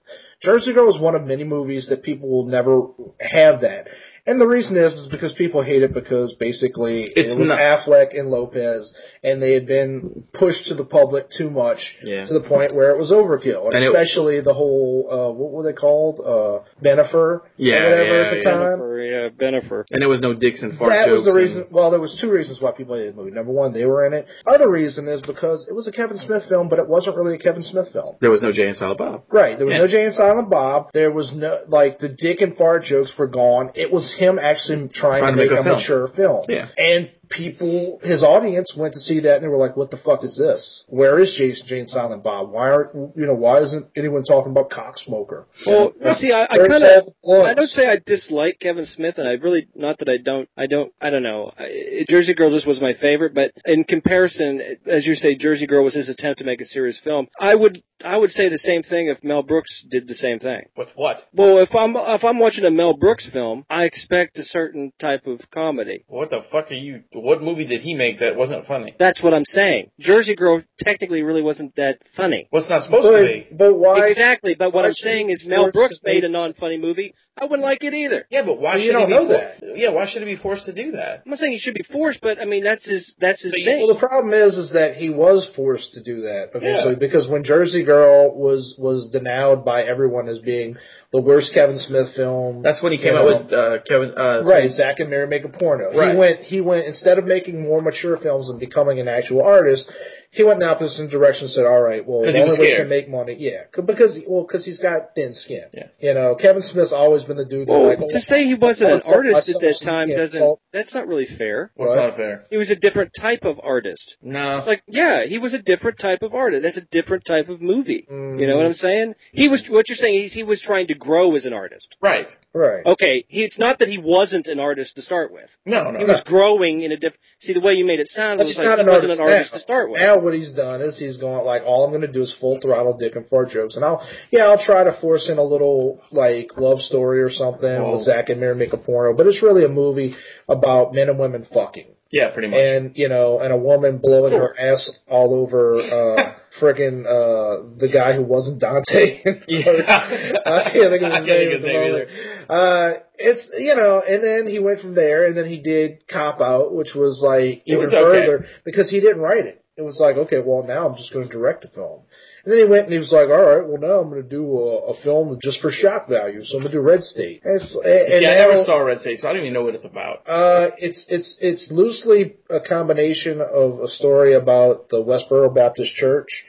A: Jersey Girl is one of many movies that people will never have that. And the reason is is because people hate it because basically
B: It's
A: it was
B: not-
A: Affleck and Lopez, and they had been pushed to the public too much
B: Yeah.
A: to the point where it was overkill. And
B: And it-
A: especially the whole uh, what were they called? Uh, Benefer,
B: Yeah,
A: or whatever
B: yeah,
A: at the
B: yeah.
A: time.
C: Benifer, yeah, Benifer.
B: And there was no Dixon fart
A: that was the
B: jokes and-
A: reason. Well, there was two reasons why people hated the movie. Number one, they were in it. Other reason is because it was a Kevin Smith film, but it wasn't really a Kevin Smith film.
B: there was no Jay and Silent Bob.
A: Right. There was
B: Yeah.
A: no Jay and Silent Bob. There was no like the dick and fart jokes were gone. It was him actually trying, to make, a,
B: film.
A: mature film.
B: Yeah.
A: And people, his audience went to see that and they were like, "What the fuck is this? Where is Jason Jay and Silent Bob? Why aren't you know why isn't anyone talking about Cocksmoker?"
C: Well, you see, I, I
A: There's
C: kind
A: all
C: of.
A: the plugs.
C: I don't say I dislike Kevin Smith, and I really not that I don't. I don't. I don't know. I, Jersey Girl just was my favorite, but in comparison, as you say, Jersey Girl was his attempt to make a serious film. I would. I would say the same thing if Mel Brooks did the same thing.
E: With what?
C: Well, if I'm if I'm watching a Mel Brooks film, I expect a certain type of comedy.
E: What the fuck are you? What movie did he make that wasn't funny?
C: That's what I'm saying. Jersey Girl technically really wasn't that funny.
E: What's not supposed to be?
A: But, but why?
C: Exactly, but what
A: why
C: I'm
A: should
C: saying
A: he
C: is Mel
A: force
C: Brooks
A: the
C: made a
A: thing?
C: non-funny movie. I wouldn't like it either.
E: Yeah, but why
A: You
E: should
A: don't
E: he
A: know
E: be for-
A: that.
E: Yeah, why should he be forced to do that?
C: I'm not saying he should be forced, but I mean that's his that's his
E: So you-
C: thing.
A: Well, the problem is, is that he was forced to do that eventually
E: Yeah.
A: because when Jersey Girl was was denounced by everyone as being the worst Kevin Smith film,
B: That's when he came
A: you
B: out
A: know.
B: with uh, Kevin. Uh,
A: Right, Zach and Mary make a porno.
B: Right.
A: He went. He went instead of making more mature films and becoming an actual artist, he went in the opposite direction. and Said, "All right, well,
E: 'Cause
A: the
E: he was
A: only way he
E: scared.
A: can make money, yeah, c- because well, because he's got thin skin.
E: Yeah.
A: You know, Kevin Smith's always been the dude that
C: Well,
A: like
C: to say he wasn't an
A: Well, it's-
C: artist at
A: it's-
C: that time
A: it's-
C: doesn't that's not really fair.
E: What's
A: What?
E: not fair?
C: He was a different type of artist.
E: No.
C: It's like, yeah, he was a different type of artist. That's a different type of movie. You know
A: Mm.
C: what I'm saying? He was what you're saying is he was trying to grow as an artist.
E: Right.
A: right.
C: Okay, he, it's not that he wasn't an artist to start with.
E: No,
C: He
E: no.
C: was growing in a different. See the way you made it sound
A: But
C: was
A: he's
C: like
A: not
C: he
A: an
C: wasn't
A: artist
C: an artist
A: now.
C: to start with.
A: Now what he's done is he's gone like all I'm going to do is full throttle dick and fart jokes, and I'll yeah I'll try to force in a little like love story or something
E: Whoa.
A: with Zach and Mary make a porno, but it's really a movie about men and women fucking.
E: Yeah, pretty much.
A: And [laughs] you know, and a woman blowing her ass all over uh friggin' uh the guy who wasn't Dante. [laughs] I can't think of
E: [laughs] I
A: his
E: can't
A: name
E: think
A: at
E: of his
A: the
E: name
A: moment. Uh it's you know, and then he went from there and then he did cop out, which was like even
E: was okay.
A: further because he didn't write it. It was like, okay, well now I'm just gonna direct a film. And then he went and he was like, all right, well now I'm gonna do a, a film just for shock value, so I'm gonna do Red State. And, it's, and, and
E: See, I
A: now-
E: never saw Red State, so I don't even know what it's about.
A: uh, it's it's it's loosely a combination of a story about the Westboro Baptist Church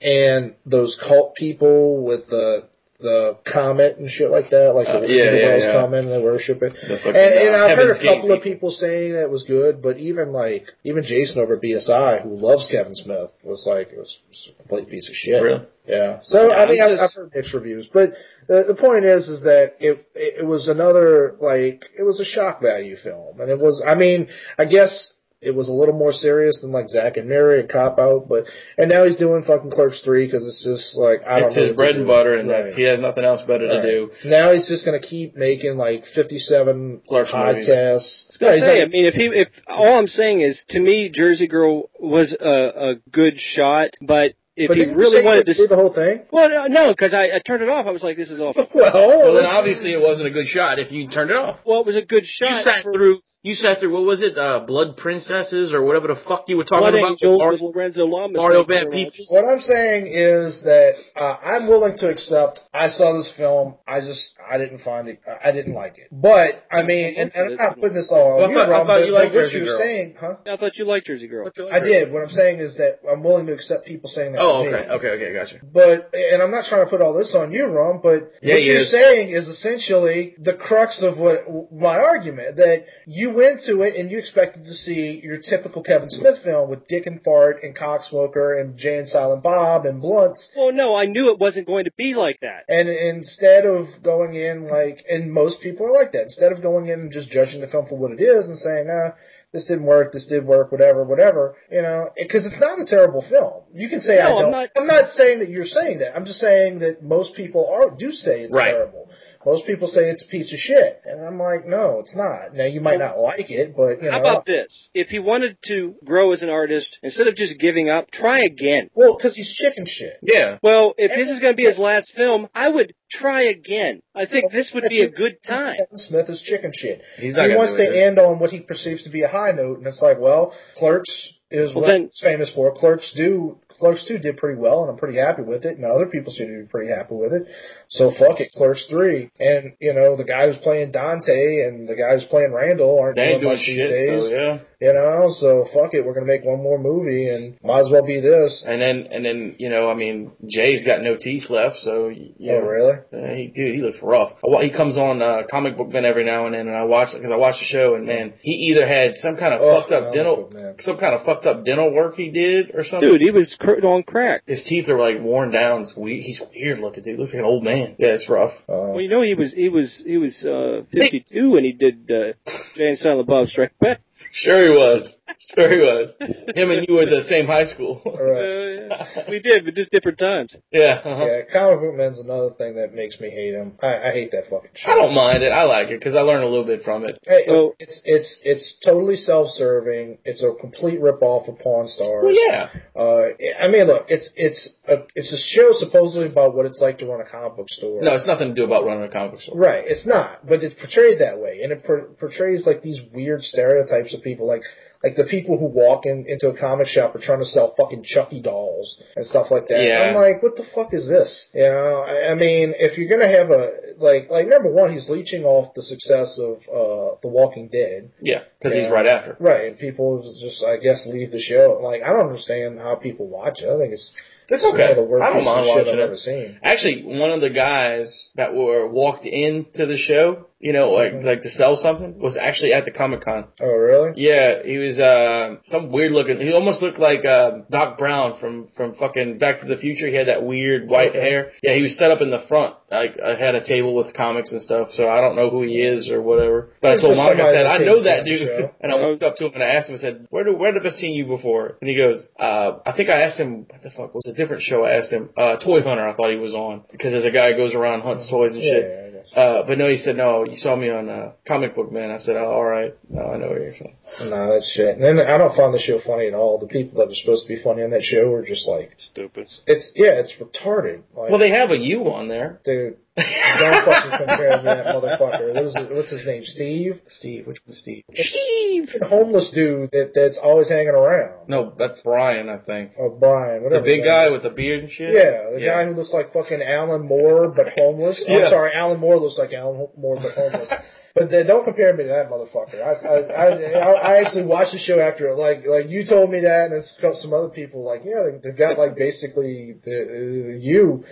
A: and those cult people with the the comet and shit like that, like
E: Uh,
A: the
E: yeah, yeah,
A: Wells
E: yeah.
A: comet and they worship it.
E: The fucking,
A: And, and
E: uh,
A: I've heard
E: Heaven's
A: a
E: Gate
A: couple of people saying that it was good, but even like even Jason over at BSI, who loves Kevin Smith, was like it was, a complete piece of shit.
E: Really?
A: Yeah. So
C: Yeah,
A: I mean,
C: I'm
A: I've, I've
C: just-
A: heard mixed reviews, but the, the point is, is that it it was another like it was a shock value film, and it was. I mean, I guess it was a little more serious than like Zack and Mary and Cop Out, but and now he's doing fucking Clerks three because it's just like I don't.
E: It's
A: know
E: his
A: what
E: bread
A: to
E: and
A: do.
E: butter, and
A: Right.
E: that's, he has nothing else better to
A: Right.
E: do.
A: Now he's just gonna keep making like fifty seven
E: Clerks
A: podcasts.
C: I
A: Yeah, he's
C: say, I
A: not-
C: mean, if he, if all I'm saying is, to me, Jersey Girl was a, a good shot, but if
A: but
C: he
A: didn't you say
C: really wanted
A: could
C: to,
A: do the whole thing.
C: well, no, no, because I, I turned it off. I was like, this is awful.
E: [laughs] Well, then
A: Well,
E: obviously it wasn't a good shot if you turned it off.
C: Well, it was a good
B: You
C: shot.
B: sat
C: for
B: through. You sat through. What was it? Uh, Blood Princesses or whatever the fuck you were talking
C: Blood
B: about?
C: Angels
B: Or-
C: with Lorenzo Lamas.
B: Mario Van
C: making the
B: Peebles.
C: Rogers.
A: What I'm saying is that uh, I'm willing to accept. I saw this film. I just I didn't find it. uh, I didn't like it. But I mean, and, and I'm not putting this all on
B: Well, I
A: you,
B: thought- I
A: Ron,
B: thought
A: but-
B: you
A: but
B: liked
A: what
B: Jersey
A: you're
B: Girl.
A: saying, huh?
C: I thought you liked Jersey Girl.
A: I did. What I'm saying is that I'm willing to accept people saying that.
B: Oh,
A: to me.
B: okay, okay, okay, gotcha.
A: But and I'm not trying to put all this on you, Ron. But
B: Yeah,
A: what
B: he
A: you're
B: is.
A: saying is essentially the crux of what my argument that you went to it and you expected to see your typical Kevin Smith film with Dick and Fart and Cocksmoker and Jay and Silent Bob and Blunts,
C: Well, no, I knew it wasn't going to be like that.
A: and instead of going in like, and most people are like that, instead of going in and just judging the film for what it is and saying, ah, this didn't work, this did work, whatever, whatever, you know, because it's not a terrible film. You can say
C: No,
A: I
C: I'm
A: don't. I'm
C: not-
A: not, saying that you're saying that. I'm just saying that most people are do say it's
B: Right.
A: terrible. Most people say it's a piece of shit, and I'm like, no, it's not. Now you might not like it, but you know,
C: How about this? If he wanted to grow as an artist, instead of just giving up, try again.
A: well, because he's chicken shit.
B: Yeah.
C: Well, if this is going to be his last film, I would try again. I think this would be a good time.
A: Kevin Smith is chicken shit.
B: He's not
A: he
B: gonna
A: wants
B: do
A: to
B: it, dude.
A: end on what he perceives to be a high note, and it's like, well, Clerks is
C: Well,
A: what
C: then-
A: it's famous for. Clerks do, Clerks two did pretty well, and I'm pretty happy with it, and other people seem to be pretty happy with it. So fuck it, Clerks three, and you know the guy who's playing Dante and the guy who's playing Randall aren't
B: They ain't
A: doing
B: doing
A: much these
B: shit,
A: days,
B: so yeah.
A: you know. So fuck it, we're gonna make one more movie, and might as well be this.
B: And then, and then, you know, I mean, Jay's got no teeth left, so you
A: Oh,
B: know,
A: really?
B: uh, he, dude, he looks rough. I wa- He comes on uh, comic book man every now and then, and I watch because I watch the show, and man, he either had some kind of
A: Oh,
B: fucked up
A: comic
B: dental,
A: book man.
B: some kind of fucked up dental work he did or something.
C: Dude, he was cr- on crack.
B: His teeth are like worn down. It's weird. He's weird looking, dude. Looks like an old man. Yeah, it's rough.
A: Uh,
C: Well, you know he was he was he was uh, 52 when he did uh, Jay and Silent Bob Strike Back.
B: Sure he was. Sure he was. Him and you were the same high
A: all
B: school. [laughs]
A: right.
C: Uh, we did, but just different times.
B: yeah. uh-huh.
A: Yeah, comic book man's another thing that makes me hate him. I, I hate that fucking shit.
B: I don't mind it. I like it because I learned a little bit from it.
A: Hey,
C: Well-
A: it's it's it's totally self-serving. It's a complete rip-off of Pawn Stars.
B: Well, yeah.
A: Uh, I mean, look, it's it's a it's a show supposedly about what it's like to run a comic book store.
B: No, it's nothing to do about running a comic book store.
A: Right, it's not, but it's portrayed that way, and it por- portrays like these weird stereotypes of people, like like the people who walk in into a comic shop are trying to sell fucking Chucky dolls and stuff like that.
B: Yeah.
A: I'm like, what the fuck is this? You know, I, I mean, if you're gonna have a like like number one, he's leeching off the success of uh The Walking Dead,
B: Yeah, because
A: Yeah.
B: he's right after.
A: right? And people just, I guess, leave the show. Like, I don't understand how people watch it. I think it's
B: It's
A: one
B: okay.
A: of the worst
B: I don't
A: pieces of
B: mind
A: shit
B: watching
A: I've ever
B: it.
A: seen.
B: Actually, one of the guys that were walked into the show, you know, like like to sell something, was actually at the Comic Con.
A: Oh, really?
B: Yeah, he was uh, some weird looking. He almost looked like uh, Doc Brown from from fucking Back to the Future. He had that weird white
A: Okay.
B: hair. Yeah, he was set up in the front. Like I had a table with comics and stuff, so I don't know who he is or whatever. But I
A: He's
B: told
A: just
B: Monica, I
A: somebody
B: said,
A: that
B: I
A: came
B: know
A: to
B: that
A: the
B: dude.
A: show.
B: [laughs] And I walked up to him and I asked him. I said, Where do where have I seen you before? And he goes, uh, I think I asked him. What the fuck was a different show? I asked him. Uh, Toy Hunter. I thought he was on because there's a guy who goes around and hunts toys and
A: Yeah,
B: shit.
A: I guess.
B: Uh, but no, he said, no, you saw me on, uh, Comic Book Man. I said, oh, alright. No, I know where you're from.
A: No, that's shit. And then I don't find the show funny at all. The people that were supposed to be funny on that show were just like,
C: Stupid.
A: it's yeah, it's retarded. Like,
B: Well, they have a U on there.
A: dude, don't fucking compare to that motherfucker. What is his, what's his name? Steve,
B: Steve, which one's Steve?
A: Fucking homeless dude that that's always hanging around.
B: No, that's Brian, I think.
A: Oh, Brian,
B: The
A: whatever.
B: big
A: his
B: guy
A: name is.
B: with the beard and shit?
A: Yeah, the
B: Yeah.
A: guy who looks like fucking Alan Moore but homeless. I'm
B: Yeah.
A: sorry, Alan Moore looks like Alan Moore but
B: [laughs]
A: homeless. But then don't compare me to that motherfucker. I I, I, I actually watched the show after it. Like like you told me that, and it's got some other people like yeah they, they've got like basically the, uh, you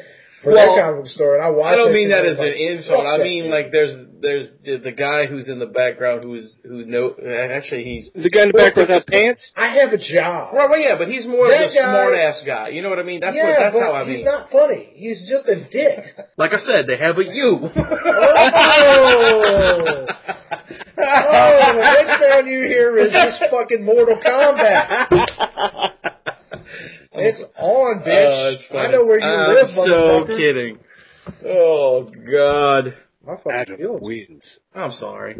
A: for
B: Well,
A: their comic book store, and I watched.
B: I don't
A: that shit
B: mean that
A: and
B: as
A: I was
B: an
A: like,
B: insult.
A: fuck
B: I
A: that
B: mean,
A: dude.
B: like, there's, there's the, the guy who's in the background who's, who know, actually he's,
C: The guy in the back without pants.
A: I have a job.
B: well, well, yeah, but he's more
A: That
B: of the
A: guy-
B: smart ass guy. You know what I mean? That's
A: Yeah,
B: what, that's
A: but
B: how I
A: he's
B: mean.
A: not funny. He's just a dick.
F: Like I said, they have a
A: [laughs]
F: U.
B: [laughs]
A: Oh! oh, the next sound you hear
F: [laughs]
A: is this fucking Mortal Kombat. It's on,
B: Oh,
A: bitch.
B: it's funny.
A: I know where you
F: I'm
A: live,
F: so
A: motherfucker.
F: kidding.
B: oh, God.
A: My fucking feelings.
C: wins.
F: I'm sorry.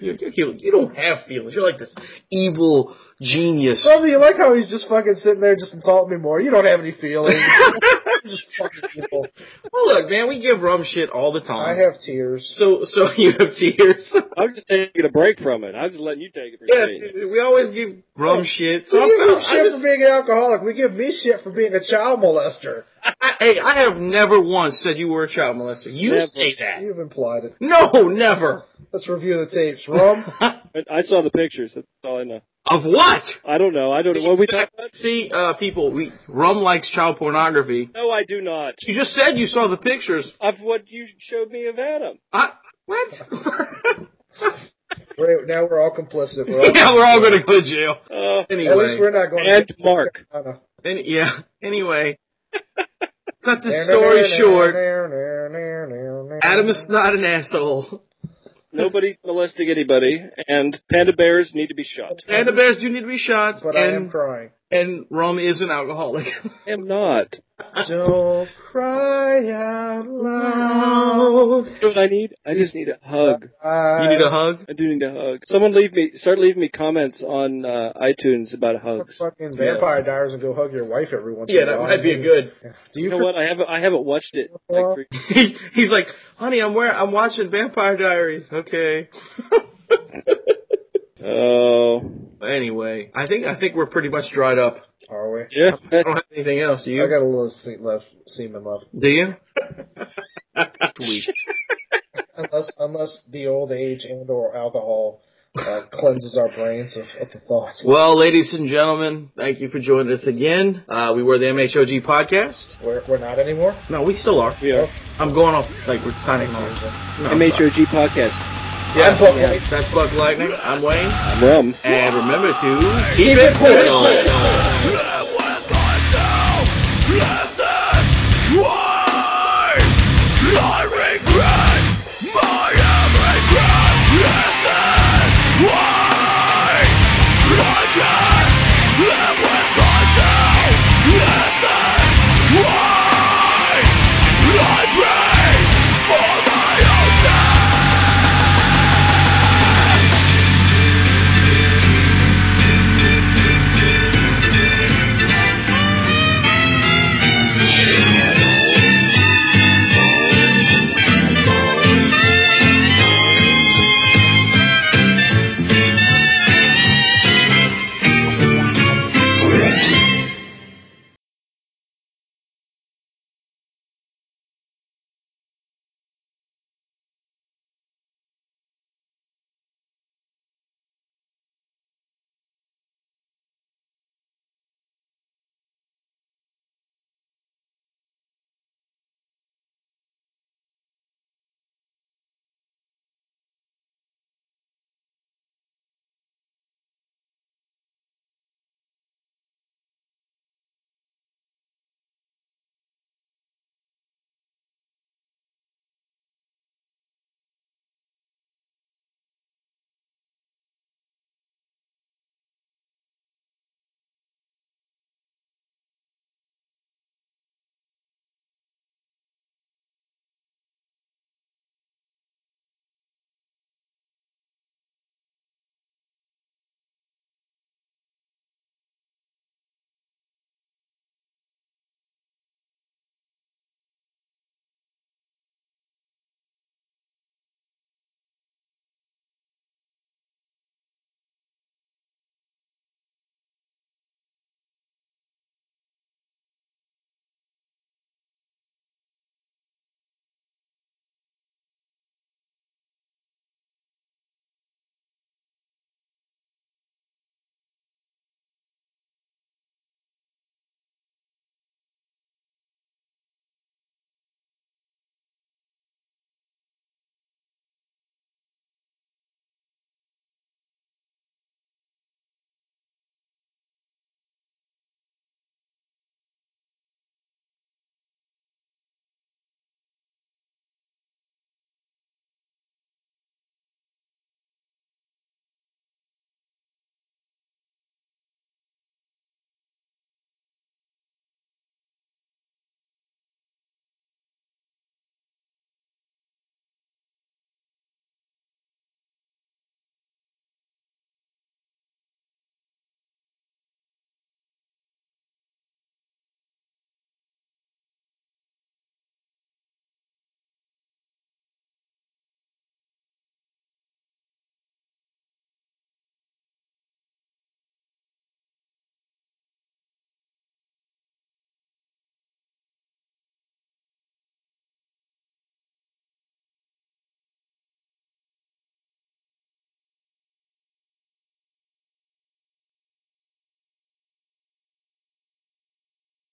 F: You, you, you, you don't have feelings. You're like this evil genius.
A: Brother, you like how he's just fucking sitting there just insulting me more. You don't have any feelings.
F: [laughs]
A: You're just fucking evil.
F: Well, look, man, we give rum shit all the time.
A: I have tears.
F: so so [laughs] you have tears.
C: I'm just taking a break from it. I'm just letting you take it for
F: yeah,
C: a change.
F: we always give rum shit. So
A: We
F: I'm,
A: give him
F: i
A: shit
F: just,
A: for being an alcoholic. We give me shit for being a child molester.
F: I, hey, I have never once said you were a child molester. You
C: Never.
F: say that.
A: You've implied it.
F: No, never.
A: Let's review the tapes.
F: [laughs]
A: Rum?
C: But I saw the pictures. That's all I know.
F: Of what?
C: I don't know. I don't know what we talk
F: [laughs]
C: about.
F: See, uh, people, we, rum likes child pornography.
C: No, I do not.
F: You just said you saw the pictures.
C: Of what you showed me of Adam.
F: I, what? [laughs]
A: We're- now we're all complicit. We're all-
F: yeah, we're all going to go to jail.
C: Uh,
A: At least
F: Anyway,
A: we're not going to
C: and Mark.
F: any,
B: [laughs]
F: yeah. Anyway,
E: [laughs]
F: cut the story short. Adam is not an asshole.
C: Nobody's molesting anybody, and panda bears need to be shot.
F: And the bears do need to be shot.
A: But I
F: and,
A: am crying.
F: and rum is an alcoholic.
C: I am not.
E: Oh,
A: Don't cry out loud.
C: know what I need? I just need a hug.
A: I,
B: [laughs] You need a hug?
C: I do need a hug. Someone leave me, start leaving me comments on uh, iTunes about hugs.
A: Fucking Vampire Diaries and go hug your wife every once
E: Yeah,
A: in a
E: that
A: while.
E: might be a good.
A: Do
C: You know what? I haven't, I haven't watched it. Like, for-
B: He, [laughs] he's like, honey, I'm where I'm watching Vampire Diaries. Okay.
C: Oh,
B: anyway, I think I think we're pretty much dried up.
A: Are we?
C: yeah.
B: I don't have anything else. Do you?
A: I got a little se- left semen left.
B: Do you?
A: Unless, unless the old age and or alcohol uh, cleanses our brains of, of the thoughts.
B: Well, ladies and gentlemen, thank you for joining us again. Uh, we were the MHOG podcast.
A: We're, we're not anymore.
B: No, we still are.
C: [laughs] [laughs] We are.
B: I'm going off like we're signing off. No, I'm sorry.
C: MHOG podcast.
B: Yes,
A: I'm Buck
B: yes. That's Buck Lightning. I'm Wayne.
C: I'm Rum.
B: And remember to keep it critical.